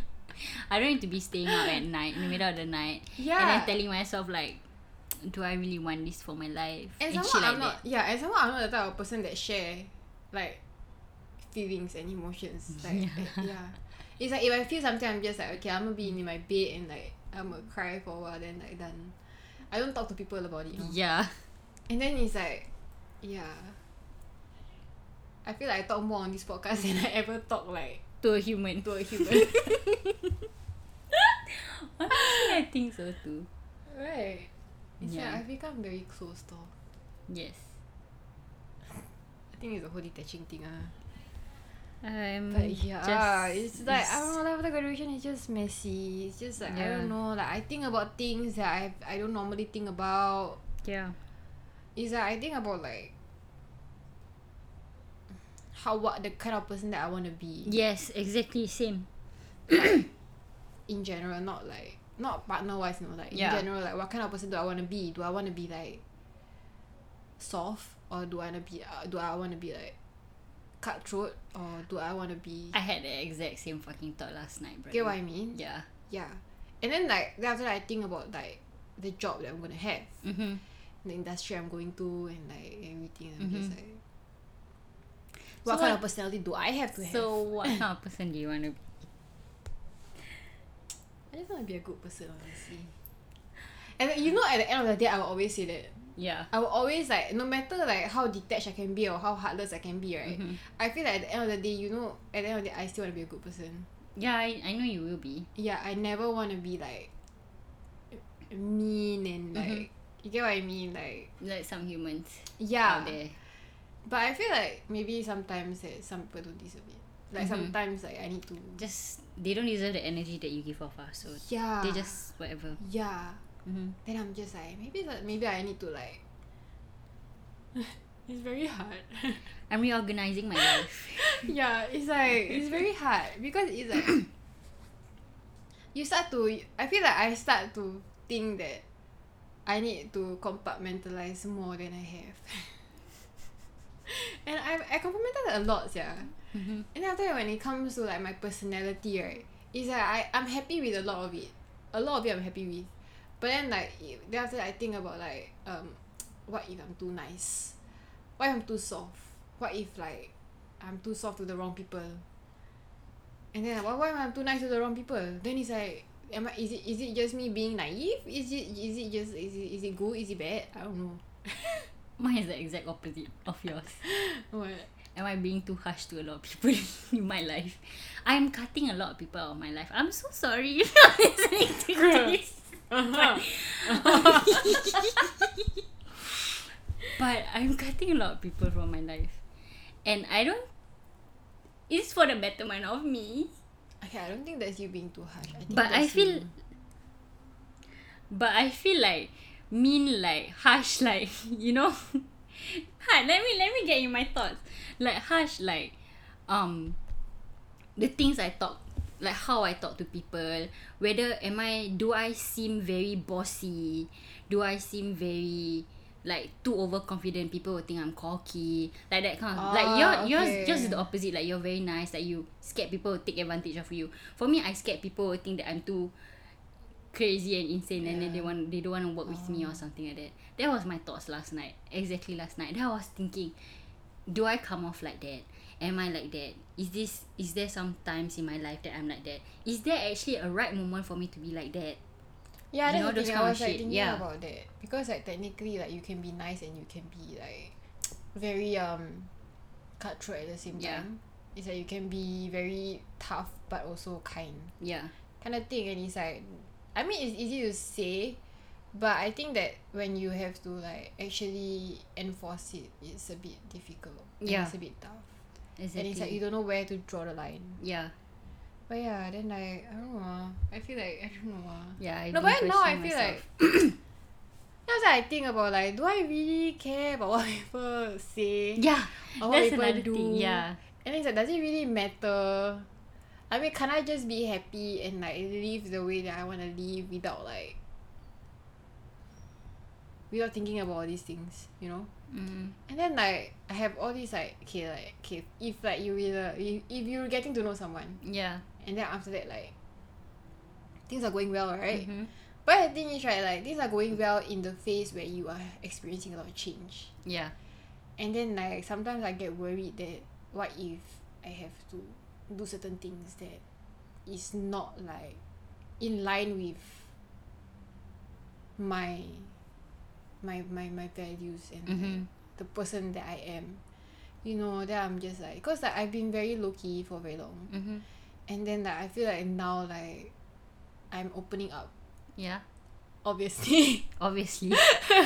Speaker 2: I don't need to be staying out at night, in the middle of the night. And
Speaker 1: yeah.
Speaker 2: then telling myself like, do I really want this for my life?
Speaker 1: And
Speaker 2: shit
Speaker 1: someone
Speaker 2: like
Speaker 1: I'm not yeah, and someone I'm not the type of person that share like feelings and emotions. Like eh, yeah. It's like if I feel something I'm just like okay, I'm gonna be in my bed and like I'm gonna cry for a while then like done. I don't talk to people about it. you know.
Speaker 2: that. Yeah.
Speaker 1: And then it's like yeah. I feel like I talk more on this podcast than I ever talk like
Speaker 2: To a human.
Speaker 1: to a human.
Speaker 2: Honestly, I think so too.
Speaker 1: right. It's
Speaker 2: Yeah.
Speaker 1: like I've become very close though.
Speaker 2: Yes.
Speaker 1: I think it's a whole detaching thing ah.
Speaker 2: Um,
Speaker 1: But yeah,
Speaker 2: just-
Speaker 1: it's like I don't know. Love the graduation is just messy. It's just like I
Speaker 2: Yeah.
Speaker 1: don't know. Like I think about things that I I don't normally think about.
Speaker 2: Yeah.
Speaker 1: It's like I think about like how what the kind of person that I want to be
Speaker 2: Yes, exactly. Same.
Speaker 1: in general, not like not partner wise. No, like
Speaker 2: Yeah.
Speaker 1: in general, like what kind of person do I want to be? Do I want to be like soft or do I want to be uh, do I want to be like cutthroat or do I want to be
Speaker 2: I had the exact same fucking thought last night, bro.
Speaker 1: get what I mean?
Speaker 2: Yeah.
Speaker 1: Yeah. And then like then after that I think about like the job that I'm gonna have,
Speaker 2: Mm-hmm.
Speaker 1: the industry I'm going to and like everything. I'm just like
Speaker 2: Mm-hmm. So
Speaker 1: what kind of
Speaker 2: what-
Speaker 1: personality do I have to
Speaker 2: So,
Speaker 1: have?
Speaker 2: what kind of person do you want to be?
Speaker 1: I just wanna be a good person honestly. And like, you know at the end of the day I will always say that.
Speaker 2: Yeah.
Speaker 1: I will always like no matter like how detached I can be or how heartless I can be, right?
Speaker 2: Mm-hmm.
Speaker 1: I feel like at the end of the day, you know at the end of the day I still wanna be a good person.
Speaker 2: Yeah, I, I know you will be.
Speaker 1: Yeah, I never wanna be like mean and
Speaker 2: Mm-hmm.
Speaker 1: like you get what I mean? Like
Speaker 2: Like some humans
Speaker 1: yeah.
Speaker 2: out there.
Speaker 1: But I feel like maybe sometimes that some people don't deserve it. Like
Speaker 2: Mhm.
Speaker 1: sometimes like I need to
Speaker 2: Just, they don't deserve the energy that you give off us. So,
Speaker 1: yeah
Speaker 2: they just, whatever.
Speaker 1: yeah.
Speaker 2: Mm-hmm.
Speaker 1: Then I'm just like maybe that maybe I need to like. it's very hard.
Speaker 2: I'm reorganizing my life.
Speaker 1: yeah, it's like it's very hard because it's like you start to. I feel like I start to think that I need to compartmentalize more than I have. and I I compartmentalize a lot, yeah.
Speaker 2: Mm-hmm.
Speaker 1: And then after that, when it comes to like my personality, right, it's like I, I'm happy with a lot of it. A lot of it I'm happy with. But then like it- then after that I think about like um what if I'm too nice? What if I'm too soft? What if like I'm too soft to the wrong people? And then what, what if I'm too nice to the wrong people? Then it's like am I is it is it just me being naive? Is it is it just is it is it good? Is it bad? I don't know.
Speaker 2: Mine is the exact opposite of yours.
Speaker 1: What?
Speaker 2: Am I being too harsh to a lot of people in my life? I'm cutting a lot of people out of my life. I'm so sorry you're not listening to
Speaker 1: Girl.
Speaker 2: this.
Speaker 1: Uh-huh.
Speaker 2: But I'm cutting a lot of people from my life. And I don't. It's for the betterment of me.
Speaker 1: Okay, I don't think that's you being too harsh. I think
Speaker 2: But I
Speaker 1: that's
Speaker 2: feel.
Speaker 1: you.
Speaker 2: But I feel like mean like harsh like you know. Hard. Let me let me get you my thoughts. Like harsh like, um, the things I talk like how I talk to people. Whether am I do I seem very bossy? Do I seem very like too overconfident? People will think I'm cocky. Like that kind of like
Speaker 1: Ah,
Speaker 2: your yours
Speaker 1: okay.
Speaker 2: yours is the opposite. Like you're very nice. Like you scared people will take advantage of you. For me, I scared people will think that I'm too crazy and insane and then they
Speaker 1: Yeah. Ah.
Speaker 2: want they don't want to work with me or something like that. That was my thoughts last night. Exactly last night. Then I was thinking, do I come off like that? Am I like that? Is this is there some times in my life that I'm like that? Is there actually a right moment for me to be like that?
Speaker 1: Yeah, that's
Speaker 2: You know,
Speaker 1: the
Speaker 2: those
Speaker 1: thing.
Speaker 2: kind
Speaker 1: I
Speaker 2: of
Speaker 1: was like
Speaker 2: shit,
Speaker 1: thinking
Speaker 2: yeah.
Speaker 1: about that because like technically like you can be nice and you can be like very um cutthroat at the same
Speaker 2: Yeah.
Speaker 1: time. It's like you can be very tough but also kind
Speaker 2: Yeah.
Speaker 1: kind of thing, and it's like I mean it's easy to say, but I think that when you have to like actually enforce it, it's a bit difficult. and
Speaker 2: Yeah.
Speaker 1: it's a bit tough,
Speaker 2: Exactly.
Speaker 1: and it's like you don't know where to draw the line.
Speaker 2: yeah.
Speaker 1: But yeah, then like I don't know. ah. I feel like I don't know. ah.
Speaker 2: Yeah. I
Speaker 1: No,
Speaker 2: don't
Speaker 1: but then now I
Speaker 2: question
Speaker 1: feel
Speaker 2: myself.
Speaker 1: like. Now that I think about like, do I really care about what people say
Speaker 2: Yeah.
Speaker 1: or what
Speaker 2: That's
Speaker 1: people
Speaker 2: another
Speaker 1: do?
Speaker 2: thing. Yeah.
Speaker 1: And it's like, does it really matter? I mean, can I just be happy and like live the way that I want to live without like without thinking about all these things, you know.
Speaker 2: Mm.
Speaker 1: And then like I have all these like okay like okay if like you with a- if if you're getting to know someone
Speaker 2: Yeah.
Speaker 1: and then after that like things are going well right
Speaker 2: Mhm.
Speaker 1: but the thing is right like things are going well in the phase where you are experiencing a lot of change
Speaker 2: Yeah.
Speaker 1: and then like sometimes I get worried that what if I have to do certain things that is not like in line with my my my, my values and like,
Speaker 2: Mhm.
Speaker 1: the person that I am. You know, then I'm just like, cause like I've been very low key for very long,
Speaker 2: Mhm.
Speaker 1: and then like I feel like now like I'm opening up.
Speaker 2: Yeah.
Speaker 1: Obviously,
Speaker 2: Obviously.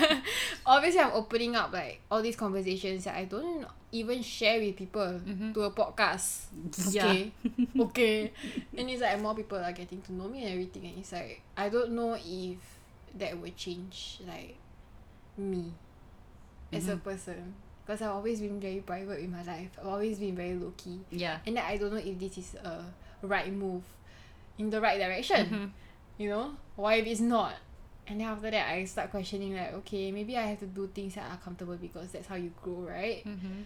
Speaker 1: obviously I'm opening up like all these conversations that I don't even share with people
Speaker 2: Mhm.
Speaker 1: to a podcast.
Speaker 2: Yeah.
Speaker 1: Okay, okay, and it's like more people are getting to know me and everything, and it's like I don't know if that will change like me as a person because I've always been very private in my life. I've always been very low key.
Speaker 2: Yeah.
Speaker 1: And then I don't know if this is a right move in the right direction.
Speaker 2: Mhm.
Speaker 1: You know? Why if it's not? And then after that I start questioning like, okay, maybe I have to do things that are comfortable because that's how you grow, right?
Speaker 2: Mhm.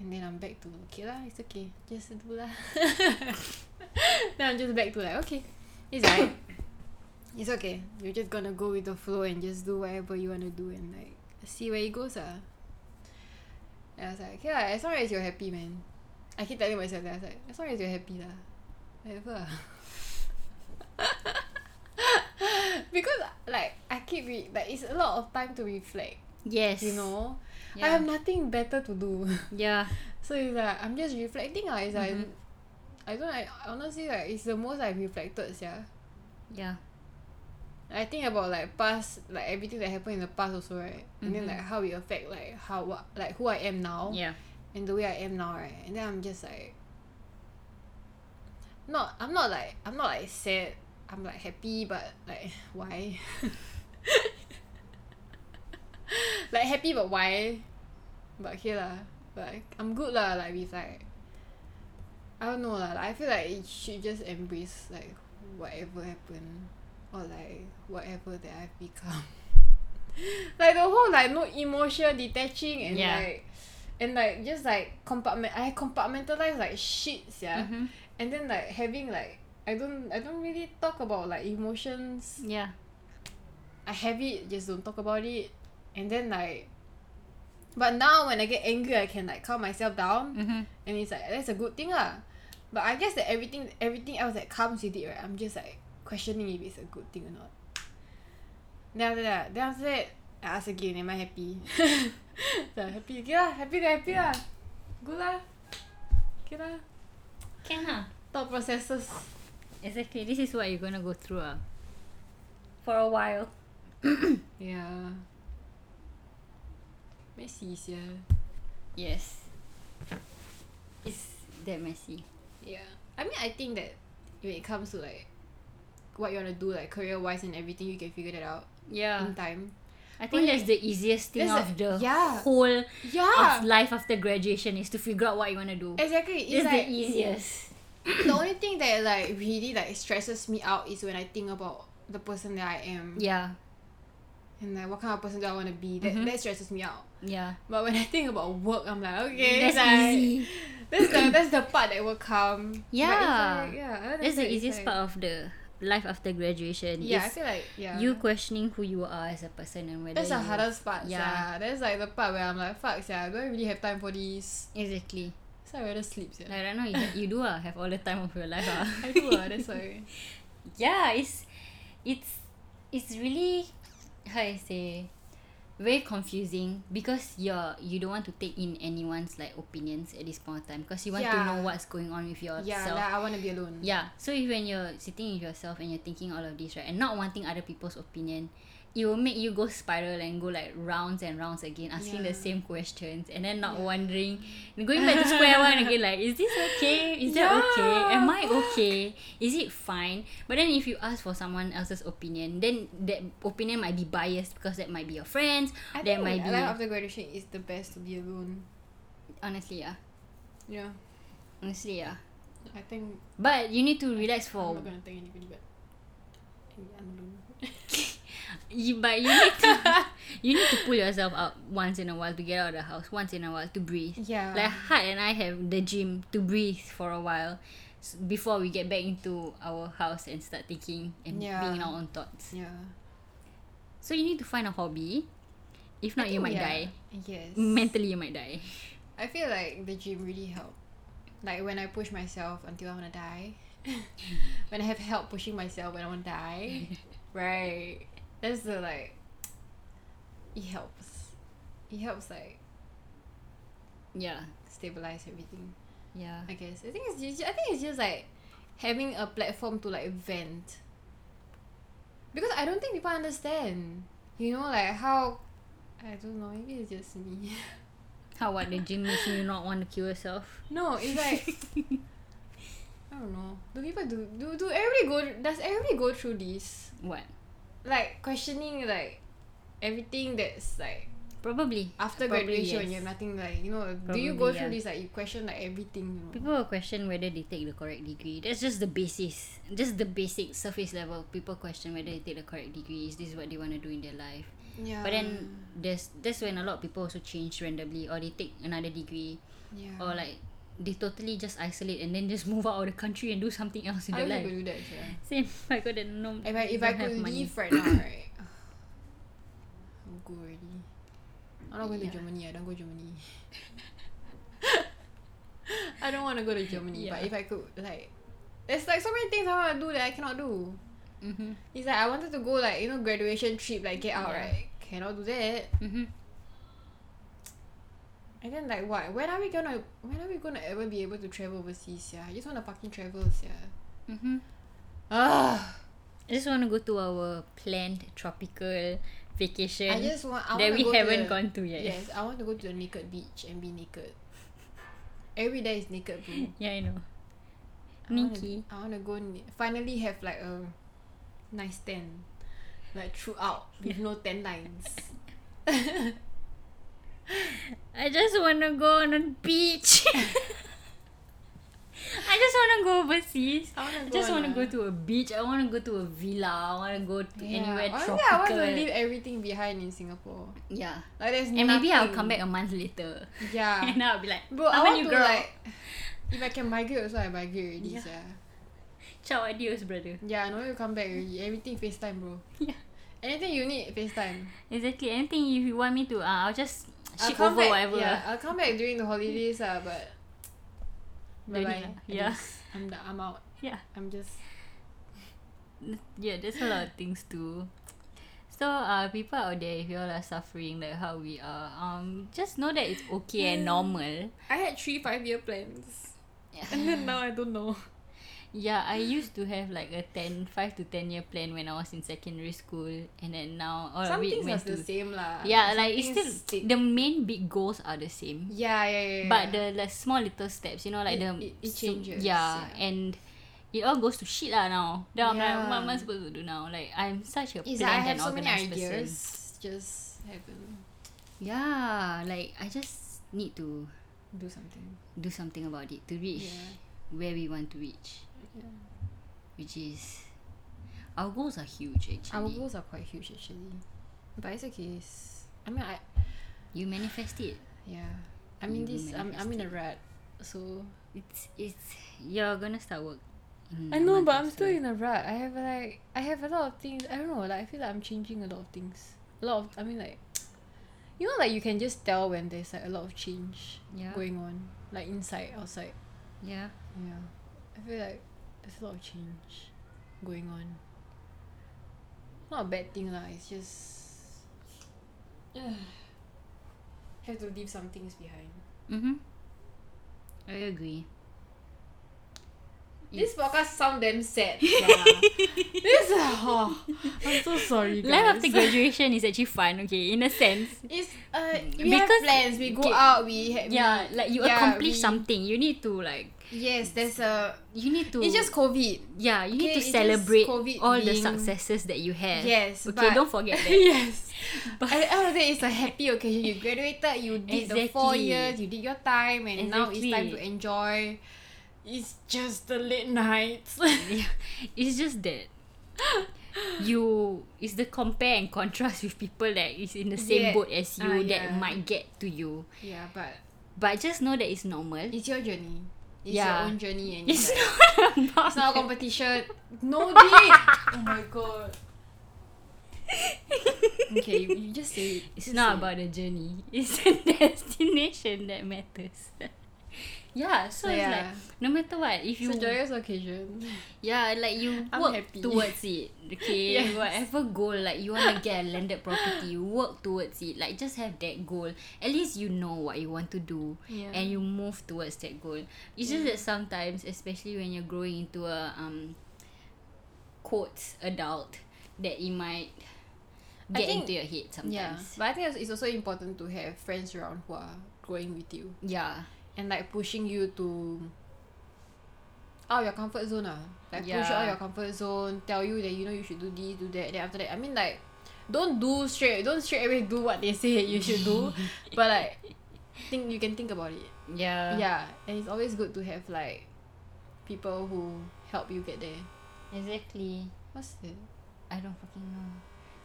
Speaker 1: And then I'm back to okay lah, it's okay. Just do lah. then I'm just back to like, okay, it's right. it's okay. You're just gonna go with the flow and just do whatever you wanna do and like see where it goes ah. And I was like, okay lah, as long as you're happy, man. I keep telling myself that I was like, as long as you're happy lah, whatever. ah." because like I keep re- like it's a lot of time to reflect,
Speaker 2: Yes.
Speaker 1: you know. I
Speaker 2: Yeah.
Speaker 1: have nothing better to do.
Speaker 2: yeah.
Speaker 1: So it's like I'm just reflecting lah. It's like
Speaker 2: Mhm.
Speaker 1: I don't I honestly like it's the most I've reflected yeah.
Speaker 2: Yeah.
Speaker 1: I think about like past like everything that happened in the past also right. And then
Speaker 2: Mhm.
Speaker 1: like how it affect like how what like who I am now
Speaker 2: Yeah.
Speaker 1: and the way I am now right. And then I'm just like not I'm not like I'm not like sad. I'm like happy but like why? like happy but why? But okay lah. But I'm good lah like with like I don't know lah. Like, I feel like it should just embrace like whatever happened or like whatever that I've become. like the whole like no emotion detaching and
Speaker 2: Yeah.
Speaker 1: like and like just like compartment I compartmentalize like shit yeah.
Speaker 2: Mhm.
Speaker 1: And then like having like I don't I don't really talk about like emotions.
Speaker 2: Yeah.
Speaker 1: I have it, just don't talk about it. And then like but now when I get angry I can like calm myself down
Speaker 2: Mhm.
Speaker 1: and it's like that's a good thing lah. But I guess that everything everything else that comes with it, right? I'm just like questioning if it's a good thing or not. Then after that, then after that, I ask again, am I happy? so happy, okay lah, happy then happy lah, good lah, okay lah.
Speaker 2: Can ah.
Speaker 1: Thought processes.
Speaker 2: Exactly. This is what you're gonna go through ah. For a while.
Speaker 1: Yeah. Messy yeah.
Speaker 2: Yes. It's that messy.
Speaker 1: Yeah. I mean, I think that when it comes to like what you wanna do, like career wise and everything, you can figure that out
Speaker 2: Yeah.
Speaker 1: in time.
Speaker 2: I think that's the easiest thing
Speaker 1: That's
Speaker 2: of
Speaker 1: the-
Speaker 2: the
Speaker 1: yeah.
Speaker 2: whole
Speaker 1: Yeah.
Speaker 2: of life after graduation is to figure out what you wanna do.
Speaker 1: Exactly. It's
Speaker 2: It's
Speaker 1: like
Speaker 2: the easiest.
Speaker 1: the only thing that like really like stresses me out is when I think about the person that I am
Speaker 2: Yeah.
Speaker 1: and like what kind of person do I want to be. That
Speaker 2: Mhm.
Speaker 1: that stresses me out.
Speaker 2: Yeah.
Speaker 1: But when I think about work, I'm like okay,
Speaker 2: that's
Speaker 1: like,
Speaker 2: easy.
Speaker 1: That's the that's the part that will come. But it's
Speaker 2: Yeah.
Speaker 1: like, yeah. other than
Speaker 2: That's
Speaker 1: that,
Speaker 2: the
Speaker 1: it's
Speaker 2: easiest
Speaker 1: like-
Speaker 2: part of the life after graduation.
Speaker 1: Yeah, I
Speaker 2: is
Speaker 1: feel like yeah.
Speaker 2: you questioning who you are as a person and whether
Speaker 1: that's the
Speaker 2: you-
Speaker 1: hardest part.
Speaker 2: Yeah.
Speaker 1: Yeah. That's like the part where I'm like fuck. Yeah. I don't really have time for this.
Speaker 2: Exactly.
Speaker 1: So I rather sleep. Yeah.
Speaker 2: Like right now, you, you do ah have all the time of your life ah.
Speaker 1: I do lah. That's why.
Speaker 2: yeah, it's it's it's really how I say very confusing because you're you don't want to take in anyone's like opinions at this point of time because you want to
Speaker 1: Yeah.
Speaker 2: know what's going on with yourself.
Speaker 1: Yeah. Like, I want to be alone.
Speaker 2: Yeah. So if when you're sitting with yourself and you're thinking all of this, right, and not wanting other people's opinion, it will make you go spiral and go like rounds and rounds again, asking the
Speaker 1: Yeah.
Speaker 2: same questions and then not wondering, and going back to square one again, like, is this okay? Is that okay? Am I okay? Is it fine? But then if you ask for someone else's opinion, then that opinion might be biased because that might be your friends,
Speaker 1: I
Speaker 2: that
Speaker 1: think
Speaker 2: might be
Speaker 1: life after graduation is the best to be alone.
Speaker 2: honestly, yeah,
Speaker 1: Yeah.
Speaker 2: honestly, yeah.
Speaker 1: I think Um,
Speaker 2: But you need to relax for
Speaker 1: I'm not gonna thank anybody, but I'm alone.
Speaker 2: you, but you need to you need to pull yourself up once in a while to get out of the house once in a while to breathe
Speaker 1: Yeah.
Speaker 2: like Hart and I have the gym to breathe for a while s- before we get back into our house and start thinking and
Speaker 1: Yeah.
Speaker 2: being our own thoughts
Speaker 1: Yeah.
Speaker 2: so you need to find a hobby if
Speaker 1: I
Speaker 2: not you
Speaker 1: think,
Speaker 2: might
Speaker 1: yeah.
Speaker 2: die
Speaker 1: Yes.
Speaker 2: mentally you might die
Speaker 1: I feel like the gym really helped. Like when I push myself until I wanna die. when I have help pushing myself when I wanna die. right. That's the like it helps. It helps like
Speaker 2: yeah
Speaker 1: stabilize everything.
Speaker 2: yeah
Speaker 1: I guess. I think it's just, I think it's just like having a platform to like vent. Because I don't think people understand. You know, like how I don't know, maybe it's just me.
Speaker 2: how what the gym makes you not want to kill yourself
Speaker 1: no, it's like I don't know. Do people do do do everybody go does everybody go through this?
Speaker 2: what
Speaker 1: Like questioning like everything that's like
Speaker 2: probably
Speaker 1: after
Speaker 2: Probably,
Speaker 1: graduation when
Speaker 2: yes.
Speaker 1: you have nothing like you know do you
Speaker 2: Probably,
Speaker 1: go through
Speaker 2: yeah.
Speaker 1: this like you question like everything you know?
Speaker 2: People will question whether they take the correct degree. That's just the basis. Just the basic surface level. People question whether they take the correct degree. Is this what they want to do in their life?
Speaker 1: yeah
Speaker 2: But then
Speaker 1: Um.
Speaker 2: there's that's when a lot of people also change randomly or they take another degree
Speaker 1: yeah
Speaker 2: or like they totally just isolate and then just move out of the country and do something else in
Speaker 1: I
Speaker 2: their
Speaker 1: wish I
Speaker 2: life.
Speaker 1: could do that yeah.
Speaker 2: Same. I got a no.
Speaker 1: If I if I
Speaker 2: don't
Speaker 1: could
Speaker 2: have money.
Speaker 1: leave right now, right? I'll go already. I'm not going
Speaker 2: Yeah.
Speaker 1: to Germany. I don't go Germany. I don't want to go to Germany, but
Speaker 2: Yeah.
Speaker 1: if I could, like, there's like so many things I want to do that I cannot do.
Speaker 2: Mhm.
Speaker 1: It's like I wanted to go like you know graduation trip like get out
Speaker 2: Yeah.
Speaker 1: right. Cannot do that.
Speaker 2: Mhm.
Speaker 1: And then like what? When are we gonna? When are we gonna ever be able to travel overseas? Yeah, I just want to fucking travel. Yeah.
Speaker 2: Mhm.
Speaker 1: Ah.
Speaker 2: I just want to go to our planned tropical vacation
Speaker 1: I just want. I
Speaker 2: that
Speaker 1: wanna
Speaker 2: we
Speaker 1: go to
Speaker 2: haven't
Speaker 1: the-
Speaker 2: gone to yet.
Speaker 1: Yes, I want to go to the naked beach and be naked. Every day is naked, bro.
Speaker 2: Yeah, I know.
Speaker 1: I wanna-
Speaker 2: Nikki.
Speaker 1: I want to go na- finally have like a nice tan, like throughout with no tan lines.
Speaker 2: I just wanna go on a beach. I just wanna go overseas.
Speaker 1: I wanna
Speaker 2: I
Speaker 1: go
Speaker 2: just
Speaker 1: on
Speaker 2: wanna
Speaker 1: a-
Speaker 2: go to a beach. I wanna go to a villa. I wanna go to
Speaker 1: Yeah.
Speaker 2: anywhere
Speaker 1: Honestly,
Speaker 2: tropical.
Speaker 1: I want to leave everything behind in Singapore.
Speaker 2: yeah.
Speaker 1: Like there's
Speaker 2: And maybe I'll come
Speaker 1: nothing.
Speaker 2: back a month later.
Speaker 1: Yeah.
Speaker 2: And I'll be like,
Speaker 1: Bro, I
Speaker 2: "How about
Speaker 1: want
Speaker 2: you
Speaker 1: to
Speaker 2: girl?
Speaker 1: like. If I can migrate, also I migrate already.
Speaker 2: Yeah.
Speaker 1: Yeah. Yeah,
Speaker 2: Ciao, adios, brother.
Speaker 1: yeah I know you come back already. Everything FaceTime, bro.
Speaker 2: Yeah.
Speaker 1: Anything you need, FaceTime.
Speaker 2: Exactly. Anything if you want me to, uh, I'll just
Speaker 1: I'll
Speaker 2: ship
Speaker 1: come
Speaker 2: over
Speaker 1: back,
Speaker 2: whatever.
Speaker 1: Yeah, I'll come back during the holidays, uh, but
Speaker 2: Don't
Speaker 1: bye bye.
Speaker 2: need lah. Yeah.
Speaker 1: I'm the, I'm out.
Speaker 2: Yeah.
Speaker 1: I'm just
Speaker 2: yeah, there's a lot of things too. So, uh, people out there, if y'all are suffering like how we are, um, just know that it's okay
Speaker 1: Mm.
Speaker 2: and normal.
Speaker 1: I had three five year plans. And then now I don't know.
Speaker 2: Yeah, I used to have like a 10, 5 to 10 year plan when I was in secondary school, and then now, or
Speaker 1: Some
Speaker 2: we
Speaker 1: things are
Speaker 2: went
Speaker 1: the
Speaker 2: to.
Speaker 1: same lah.
Speaker 2: Yeah,
Speaker 1: Some
Speaker 2: like it's
Speaker 1: things
Speaker 2: still
Speaker 1: stick.
Speaker 2: the main big goals are the same,
Speaker 1: Yeah, yeah, yeah. yeah.
Speaker 2: but the like, small little steps, you know, like
Speaker 1: It-
Speaker 2: the
Speaker 1: it- it
Speaker 2: so-
Speaker 1: changes,
Speaker 2: Yeah,
Speaker 1: yeah.
Speaker 2: and it all goes to shit lah now. Then I'm like,
Speaker 1: Yeah.
Speaker 2: what am I supposed to do now? Like I'm such a
Speaker 1: it's like I
Speaker 2: planned
Speaker 1: have
Speaker 2: and
Speaker 1: so many
Speaker 2: organized person.
Speaker 1: ideas. Just haven't
Speaker 2: Yeah, like I just need to
Speaker 1: do something.
Speaker 2: do something about it to reach
Speaker 1: Yeah.
Speaker 2: where we want to reach,
Speaker 1: Yeah.
Speaker 2: which is our goals are huge actually.
Speaker 1: Our goals are quite huge actually, but it's okay. It's, I mean, I
Speaker 2: You manifest it.
Speaker 1: yeah. I mean
Speaker 2: You
Speaker 1: this. I'm I'm in a rut, so
Speaker 2: It's it's you're gonna start work. in
Speaker 1: I
Speaker 2: a
Speaker 1: know,
Speaker 2: month
Speaker 1: but
Speaker 2: or
Speaker 1: I'm
Speaker 2: so.
Speaker 1: still in a rut. I have like I have a lot of things. I don't know. Like I feel like I'm changing a lot of things. A lot of I mean like, you know, like you can just tell when there's like a lot of change
Speaker 2: yeah
Speaker 1: going on, like inside, outside.
Speaker 2: yeah.
Speaker 1: Yeah, I feel like there's a lot of change going on. Not a bad thing lah. It's just have to leave some things behind.
Speaker 2: Mhm. I agree.
Speaker 1: This podcast sound damn sad. Yeah. this oh, I'm so sorry. Guys.
Speaker 2: Life after graduation is actually fun. Okay, in a sense.
Speaker 1: It's uh, we
Speaker 2: Because-
Speaker 1: have plans. We go
Speaker 2: okay.
Speaker 1: out. We ha- we-
Speaker 2: Yeah, like you
Speaker 1: yeah,
Speaker 2: accomplish
Speaker 1: we-
Speaker 2: something. You need to like.
Speaker 1: Yes, there's a.
Speaker 2: You need to.
Speaker 1: It's just COVID.
Speaker 2: Yeah, you
Speaker 1: Okay,
Speaker 2: need to
Speaker 1: it's just
Speaker 2: celebrate
Speaker 1: COVID
Speaker 2: all the
Speaker 1: being-
Speaker 2: successes that you have.
Speaker 1: Yes,
Speaker 2: Okay,
Speaker 1: but-
Speaker 2: don't forget that.
Speaker 1: yes. But at the end of the day, it's a happy occasion. You graduated. You did the four
Speaker 2: Exactly.
Speaker 1: years. You did your time, and now it's time
Speaker 2: Exactly.
Speaker 1: to enjoy. It's just the late nights.
Speaker 2: Yeah, it's just that. you it's the compare and contrast with people that is in the
Speaker 1: Yeah.
Speaker 2: same boat as you
Speaker 1: Ah,
Speaker 2: that
Speaker 1: yeah.
Speaker 2: might get to you.
Speaker 1: Yeah, but
Speaker 2: But just know that it's normal.
Speaker 1: it's your journey. It's your
Speaker 2: Yeah.
Speaker 1: own journey and
Speaker 2: It's
Speaker 1: it's, like,
Speaker 2: not about
Speaker 1: it's not a competition. No dick. oh my god. Okay, you, you just say it.
Speaker 2: It's
Speaker 1: Just
Speaker 2: not
Speaker 1: say it.
Speaker 2: about the journey. It's the destination that matters. yeah, so it's like
Speaker 1: Yeah.
Speaker 2: no matter what, if you
Speaker 1: It's a joyous occasion.
Speaker 2: yeah, like you
Speaker 1: I'm
Speaker 2: work
Speaker 1: happy.
Speaker 2: towards it. Okay,
Speaker 1: Yes.
Speaker 2: whatever goal like you wanna get a landed property, you work towards it. Like just have that goal. At least you know what you want to do,
Speaker 1: Yeah.
Speaker 2: and you move towards that goal. It's just that sometimes, especially when you're growing into a um, quotes adult, that it might
Speaker 1: I
Speaker 2: get
Speaker 1: think-
Speaker 2: into your head sometimes.
Speaker 1: Yeah, but I think it's- it's also important to have friends around who are growing with you
Speaker 2: yeah.
Speaker 1: and like pushing you to out of your comfort zone. Ah. Like push you
Speaker 2: Yeah.
Speaker 1: out of your comfort zone, tell you that you know you should do this, do that. Then after that, I mean like don't do straight don't straight away do what they say you should do. but like think you can think about it.
Speaker 2: Yeah.
Speaker 1: yeah. And it's always good to have like people who help you get there.
Speaker 2: Exactly.
Speaker 1: What's that?
Speaker 2: I don't fucking know.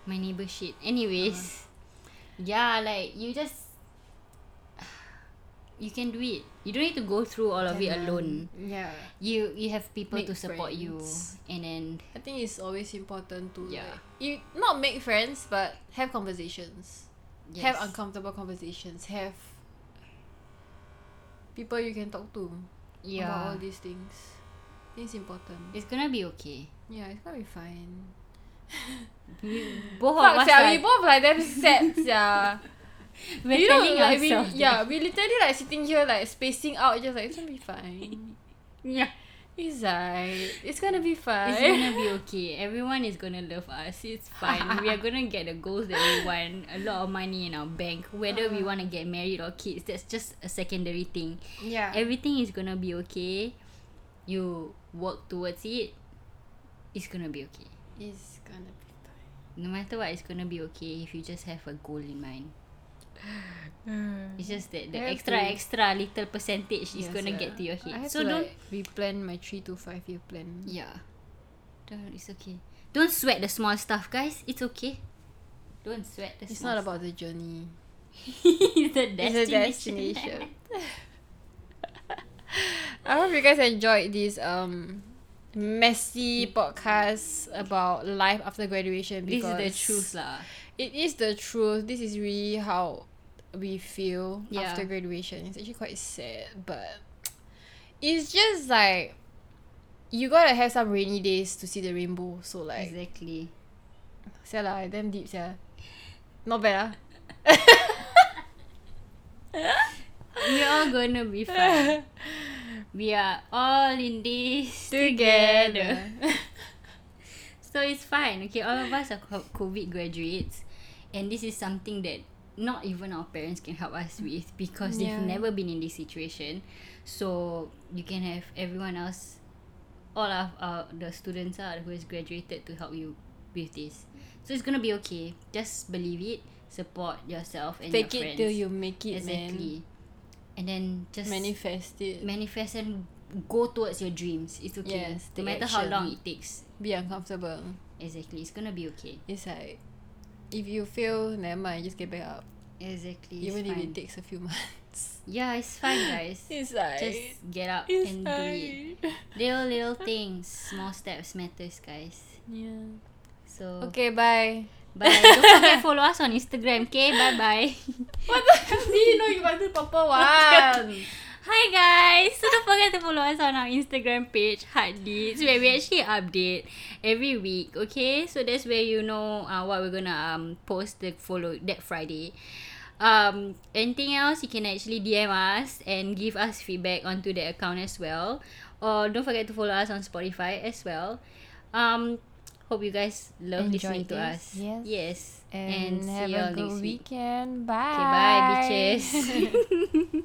Speaker 2: My neighbor shit. Anyways.
Speaker 1: Uh-huh.
Speaker 2: Yeah, like you just you can do it. You don't need to go through all of it
Speaker 1: Jalan.
Speaker 2: alone.
Speaker 1: Yeah.
Speaker 2: You you have people
Speaker 1: Make
Speaker 2: to support you
Speaker 1: friends.
Speaker 2: and then
Speaker 1: I think it's always important to
Speaker 2: Yeah.
Speaker 1: like, you not make friends but have conversations.
Speaker 2: yes.
Speaker 1: Have uncomfortable conversations. Have people you can talk to about
Speaker 2: yeah.
Speaker 1: all these things. I think It's important.
Speaker 2: It's gonna be okay.
Speaker 1: Yeah, it's gonna be fine.
Speaker 2: Both of
Speaker 1: Fuck,
Speaker 2: us
Speaker 1: sia, we
Speaker 2: are,
Speaker 1: both like them sad, sia.
Speaker 2: we're
Speaker 1: you know,
Speaker 2: telling
Speaker 1: like, we,
Speaker 2: ourselves.
Speaker 1: yeah, we literally like sitting here like spacing out, just like it's gonna be fine.
Speaker 2: yeah.
Speaker 1: It's alright. It's gonna be fine.
Speaker 2: It's gonna be okay. Everyone is gonna love us. It's fine. we are gonna get the goals that we want. A lot of money in our bank. Whether
Speaker 1: Uh-huh.
Speaker 2: we wanna get married or kids, that's just a secondary thing.
Speaker 1: yeah.
Speaker 2: Everything is gonna be okay. You work towards it. It's gonna be okay.
Speaker 1: it's gonna be fine.
Speaker 2: No matter what, it's gonna be okay if you just have a goal in mind. It's just that the
Speaker 1: I have
Speaker 2: extra
Speaker 1: to-
Speaker 2: extra little percentage is
Speaker 1: Yes,
Speaker 2: gonna
Speaker 1: yeah.
Speaker 2: get to your
Speaker 1: I
Speaker 2: head.
Speaker 1: have
Speaker 2: So
Speaker 1: to,
Speaker 2: don't
Speaker 1: like, replan my three to five year plan.
Speaker 2: Yeah. Don't it's okay. Don't sweat the small stuff, guys. It's okay. Don't sweat the
Speaker 1: It's
Speaker 2: small
Speaker 1: not about the journey.
Speaker 2: stuff. it's the destination.
Speaker 1: It's a destination. I hope you guys enjoyed this um messy podcast about life after graduation.
Speaker 2: this is
Speaker 1: Because
Speaker 2: the truth lah.
Speaker 1: It is the truth. This is really how we feel
Speaker 2: Yeah.
Speaker 1: after graduation. It's actually quite sad, but it's just like you gotta have some rainy days to see the rainbow. So like,
Speaker 2: Exactly.
Speaker 1: sia lah, I damn deep sia. Not bad ah.
Speaker 2: We're all gonna be fine. we are all in this together. So it's fine. Okay, all of us are co- COVID graduates, and this is something that not even our parents can help us with because
Speaker 1: Yeah.
Speaker 2: they've never been in this situation. So you can have everyone else, all of uh, the students are who has graduated to help you with this. So it's gonna be okay. Just believe it. Support yourself and
Speaker 1: Fake
Speaker 2: your
Speaker 1: it
Speaker 2: friends.
Speaker 1: till you make it,
Speaker 2: exactly. And then just
Speaker 1: man. Manifest it.
Speaker 2: manifest and go towards your dreams. It's okay.
Speaker 1: Yes,
Speaker 2: no
Speaker 1: take
Speaker 2: matter how
Speaker 1: action.
Speaker 2: long it takes.
Speaker 1: Be uncomfortable.
Speaker 2: Exactly. It's gonna be okay.
Speaker 1: It's like if you fail, never mind. Just get back up.
Speaker 2: Exactly.
Speaker 1: Even
Speaker 2: it's
Speaker 1: if
Speaker 2: fine.
Speaker 1: it takes a few months.
Speaker 2: Yeah, it's fine, guys.
Speaker 1: It's like
Speaker 2: Just get up
Speaker 1: it's
Speaker 2: and do it.
Speaker 1: like
Speaker 2: Little little things, small steps matters, guys.
Speaker 1: yeah.
Speaker 2: So
Speaker 1: Okay, bye.
Speaker 2: bye. Don't forget follow us on Instagram. Okay, bye bye.
Speaker 1: What the? See, no, you want to proper one.
Speaker 2: Hi guys! So don't forget to follow us on our Instagram page, Heartbeats, where we actually update every week. Okay, so that's where you know uh, what we're gonna um post the follow that Friday. Um, anything else you can actually DM us and give us feedback onto the account as well. Or don't forget to follow us on Spotify as well. Um, hope you guys love
Speaker 1: Enjoy
Speaker 2: listening to
Speaker 1: this.
Speaker 2: us.
Speaker 1: Yes.
Speaker 2: Yes.
Speaker 1: And, have
Speaker 2: you
Speaker 1: a
Speaker 2: all
Speaker 1: good
Speaker 2: next
Speaker 1: weekend. Bye.
Speaker 2: Okay, bye, bitches.